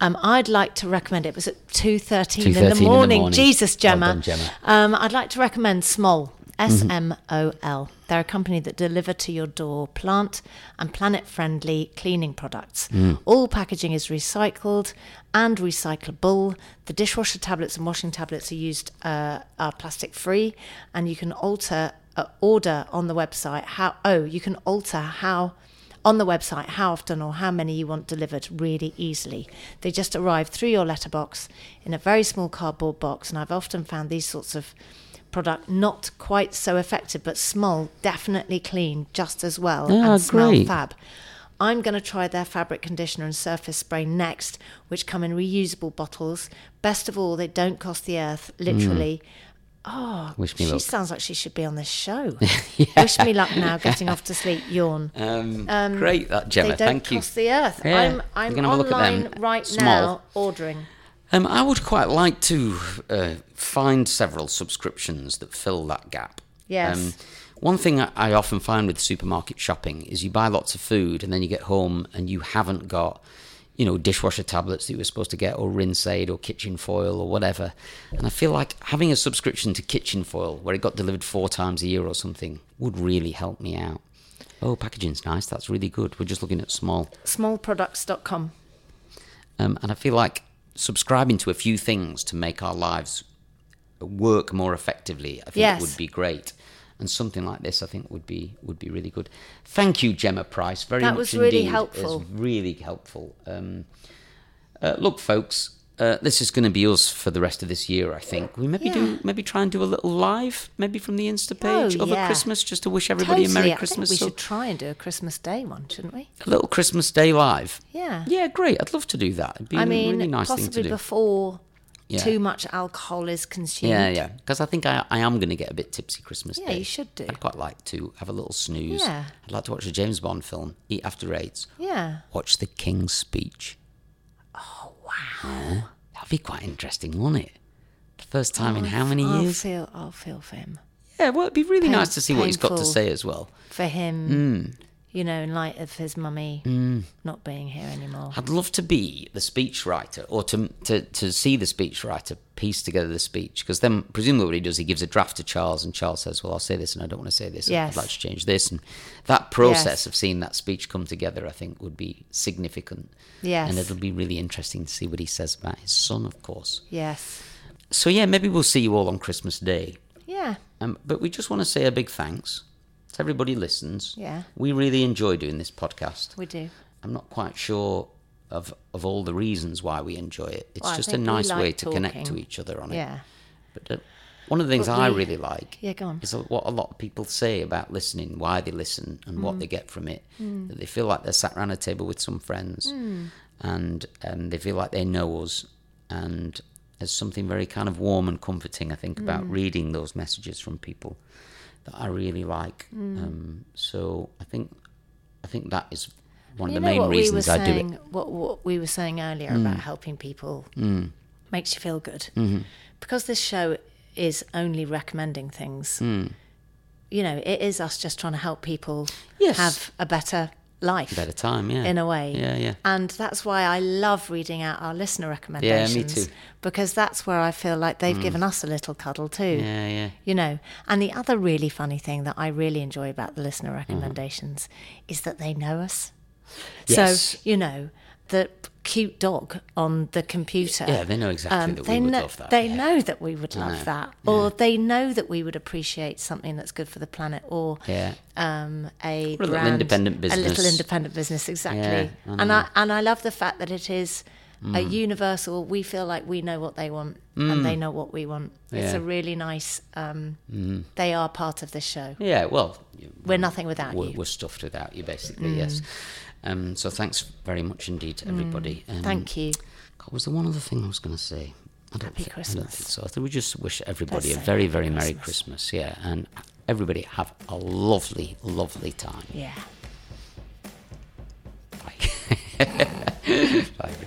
[SPEAKER 2] Um, I'd like to recommend it was at two thirteen in the
[SPEAKER 1] 2:13 in the
[SPEAKER 2] morning.
[SPEAKER 1] morning.
[SPEAKER 2] Jesus,
[SPEAKER 1] Well
[SPEAKER 2] Gemma.
[SPEAKER 1] done, Gemma. Mm-hmm.
[SPEAKER 2] Um, I'd like to recommend Smol. S M O L. They're a company that deliver to your door plant and planet friendly cleaning products.
[SPEAKER 1] Mm.
[SPEAKER 2] All packaging is recycled and recyclable. The dishwasher tablets and washing tablets are used uh, are plastic free, and you can alter uh, order on the website how. Oh, you can alter how on the website how often or how many you want delivered really easily. They just arrive through your letterbox in a very small cardboard box, and I've often found these sorts of product not quite so effective, but small, definitely clean just as well
[SPEAKER 1] Ah,
[SPEAKER 2] and smell
[SPEAKER 1] great.
[SPEAKER 2] fab. I'm going to try their fabric conditioner and surface spray next, which come in reusable bottles. Best of all, they don't cost the earth, literally.
[SPEAKER 1] Hmm. Wish me
[SPEAKER 2] she
[SPEAKER 1] luck.
[SPEAKER 2] sounds like she should be on
[SPEAKER 1] <laughs>
[SPEAKER 2] this show. Wish me luck now, getting off to sleep, yawn.
[SPEAKER 1] Great, that Gemma.
[SPEAKER 2] um, They don't
[SPEAKER 1] Thank you.
[SPEAKER 2] cost the earth.
[SPEAKER 1] Yeah,
[SPEAKER 2] I'm
[SPEAKER 1] we're
[SPEAKER 2] I'm
[SPEAKER 1] gonna have a look at them.
[SPEAKER 2] online right
[SPEAKER 1] Small.
[SPEAKER 2] now ordering.
[SPEAKER 1] Um, I would quite like to uh, find several subscriptions that fill that gap. Um,
[SPEAKER 2] Yes.
[SPEAKER 1] one thing I- I often find with supermarket shopping is you buy lots of food and then you get home and you haven't got, you know, dishwasher tablets that you were supposed to get or rinse aid or kitchen foil or whatever. And I feel like having a subscription to kitchen foil where it got delivered four times a year or something would really help me out. Oh, packaging's nice. That's really good. We're just looking at small.
[SPEAKER 2] Smallproducts.com.
[SPEAKER 1] Um, and I feel like subscribing to a few things to make our lives work more effectively, I think
[SPEAKER 2] Yes.
[SPEAKER 1] would be great. And something like this, I think, would be would be really good. Thank you, Gemma Price, very
[SPEAKER 2] That
[SPEAKER 1] much
[SPEAKER 2] was really
[SPEAKER 1] indeed.
[SPEAKER 2] helpful.
[SPEAKER 1] It's really helpful. Um, uh, look, folks, uh, this is going to be us for the rest of this year. I think we maybe do maybe try and do a little live, maybe from the Insta page
[SPEAKER 2] Oh,
[SPEAKER 1] over
[SPEAKER 2] yeah.
[SPEAKER 1] Christmas, just to wish everybody a
[SPEAKER 2] Totally,
[SPEAKER 1] Merry
[SPEAKER 2] I think
[SPEAKER 1] Christmas.
[SPEAKER 2] we
[SPEAKER 1] So
[SPEAKER 2] should try and do a Christmas Day one, shouldn't we?
[SPEAKER 1] a little Christmas Day live.
[SPEAKER 2] Yeah.
[SPEAKER 1] Yeah, great. I'd love to do that. It'd be
[SPEAKER 2] I
[SPEAKER 1] a
[SPEAKER 2] mean,
[SPEAKER 1] really nice thing to
[SPEAKER 2] possibly
[SPEAKER 1] do.
[SPEAKER 2] before
[SPEAKER 1] Yeah.
[SPEAKER 2] too much alcohol is consumed.
[SPEAKER 1] Yeah, yeah. Because I think I, I am going to get a bit tipsy Christmas
[SPEAKER 2] Yeah,
[SPEAKER 1] Day.
[SPEAKER 2] you should do.
[SPEAKER 1] I'd quite like to have a little snooze.
[SPEAKER 2] Yeah.
[SPEAKER 1] I'd like to watch a James Bond film, eat after eight,
[SPEAKER 2] Yeah.
[SPEAKER 1] watch The King's Speech. Oh, wow. That'd be quite interesting, wouldn't it? The first time
[SPEAKER 2] Oh,
[SPEAKER 1] in how many
[SPEAKER 2] I'll
[SPEAKER 1] years?
[SPEAKER 2] feel I'll feel for him.
[SPEAKER 1] Yeah, well, it'd be really
[SPEAKER 2] Pain-
[SPEAKER 1] nice to see what he's got to
[SPEAKER 2] painful.
[SPEAKER 1] say as well.
[SPEAKER 2] For him,
[SPEAKER 1] Hmm.
[SPEAKER 2] you know, in light of his mummy not being here anymore.
[SPEAKER 1] I'd love to be the speechwriter or to, to, to see the speechwriter piece together the speech because then presumably what he does he gives a draft to Charles and Charles says well I'll say this and I don't want to say this
[SPEAKER 2] Yes.
[SPEAKER 1] I'd like to change this and that process
[SPEAKER 2] Yes.
[SPEAKER 1] of seeing that speech come together I think would be significant
[SPEAKER 2] Yes.
[SPEAKER 1] and it'll be really interesting to see what he says about his son of course
[SPEAKER 2] Yes.
[SPEAKER 1] so yeah maybe we'll see you all on Christmas Day
[SPEAKER 2] Yeah.
[SPEAKER 1] um, but we just want to say a big thanks to everybody who listens
[SPEAKER 2] Yeah.
[SPEAKER 1] we really enjoy doing this podcast
[SPEAKER 2] We do.
[SPEAKER 1] I'm not quite sure of of all the reasons why we enjoy it. It's
[SPEAKER 2] Well, I
[SPEAKER 1] just a
[SPEAKER 2] think we
[SPEAKER 1] nice
[SPEAKER 2] like
[SPEAKER 1] way to connect to
[SPEAKER 2] talking.
[SPEAKER 1] each other on it.
[SPEAKER 2] Yeah.
[SPEAKER 1] But uh, one of the things
[SPEAKER 2] But
[SPEAKER 1] I
[SPEAKER 2] we-
[SPEAKER 1] really like
[SPEAKER 2] Yeah, go on.
[SPEAKER 1] is what a lot of people say about listening, why they listen, and
[SPEAKER 2] Mm.
[SPEAKER 1] what they get from it. That they feel like they're sat around a table with some friends,
[SPEAKER 2] Mm.
[SPEAKER 1] and um, they feel like they know us. And there's something very kind of warm and comforting, I think, about
[SPEAKER 2] Mm.
[SPEAKER 1] reading those messages from people that I really like.
[SPEAKER 2] Mm.
[SPEAKER 1] Um, so I think I think that is one of the
[SPEAKER 2] you know
[SPEAKER 1] main
[SPEAKER 2] what we were
[SPEAKER 1] reasons I do it. Mm.
[SPEAKER 2] saying, What, what we were saying earlier about helping people makes you feel good.
[SPEAKER 1] Mm-hmm.
[SPEAKER 2] Because this show is only recommending things,
[SPEAKER 1] Mm.
[SPEAKER 2] you know, it is us just trying to help people
[SPEAKER 1] Yes.
[SPEAKER 2] have a better life
[SPEAKER 1] better time, yeah.
[SPEAKER 2] in a way.
[SPEAKER 1] Yeah, yeah.
[SPEAKER 2] And that's why I love reading out our listener
[SPEAKER 1] me
[SPEAKER 2] recommendations.
[SPEAKER 1] too. Mm.
[SPEAKER 2] Because that's where I feel like they've given us a little cuddle too
[SPEAKER 1] Yeah, yeah.
[SPEAKER 2] you know. And the other really funny thing that I really enjoy about the listener
[SPEAKER 1] Mm-hmm.
[SPEAKER 2] recommendations is that they know us.
[SPEAKER 1] Yes.
[SPEAKER 2] So, you know, the cute dog on the computer.
[SPEAKER 1] Yeah, they know exactly that we
[SPEAKER 2] Uh, um, they
[SPEAKER 1] would
[SPEAKER 2] know,
[SPEAKER 1] love that,
[SPEAKER 2] They
[SPEAKER 1] yeah.
[SPEAKER 2] know that we would love that. Or they know that we would appreciate something that's good for the planet or
[SPEAKER 1] Yeah.
[SPEAKER 2] um,
[SPEAKER 1] Or
[SPEAKER 2] a,
[SPEAKER 1] a little
[SPEAKER 2] brand-
[SPEAKER 1] independent
[SPEAKER 2] A little
[SPEAKER 1] business.
[SPEAKER 2] independent business, exactly.
[SPEAKER 1] Yeah, I Mm.
[SPEAKER 2] and I and I love the fact that it is a universal. We feel like we know what they want, and they know what we want.
[SPEAKER 1] Yeah.
[SPEAKER 2] It's
[SPEAKER 1] Mm.
[SPEAKER 2] a really nice. Um, They are part of this show.
[SPEAKER 1] Yeah, well, you-
[SPEAKER 2] We're nothing without
[SPEAKER 1] we're,
[SPEAKER 2] you. Mm.
[SPEAKER 1] we're stuffed without you, basically, yes. Um, so thanks very much indeed, everybody. Um,
[SPEAKER 2] Thank you.
[SPEAKER 1] God, was there one other thing I was going to say? I don't
[SPEAKER 2] Happy
[SPEAKER 1] thi- I don't
[SPEAKER 2] Christmas.
[SPEAKER 1] think so. I think we just wish everybody
[SPEAKER 2] Let's
[SPEAKER 1] a
[SPEAKER 2] say
[SPEAKER 1] very,
[SPEAKER 2] Happy
[SPEAKER 1] very Merry Christmas. Yeah, and everybody have a lovely, lovely time.
[SPEAKER 2] Yeah.
[SPEAKER 1] <laughs> Bye. Bye, everybody.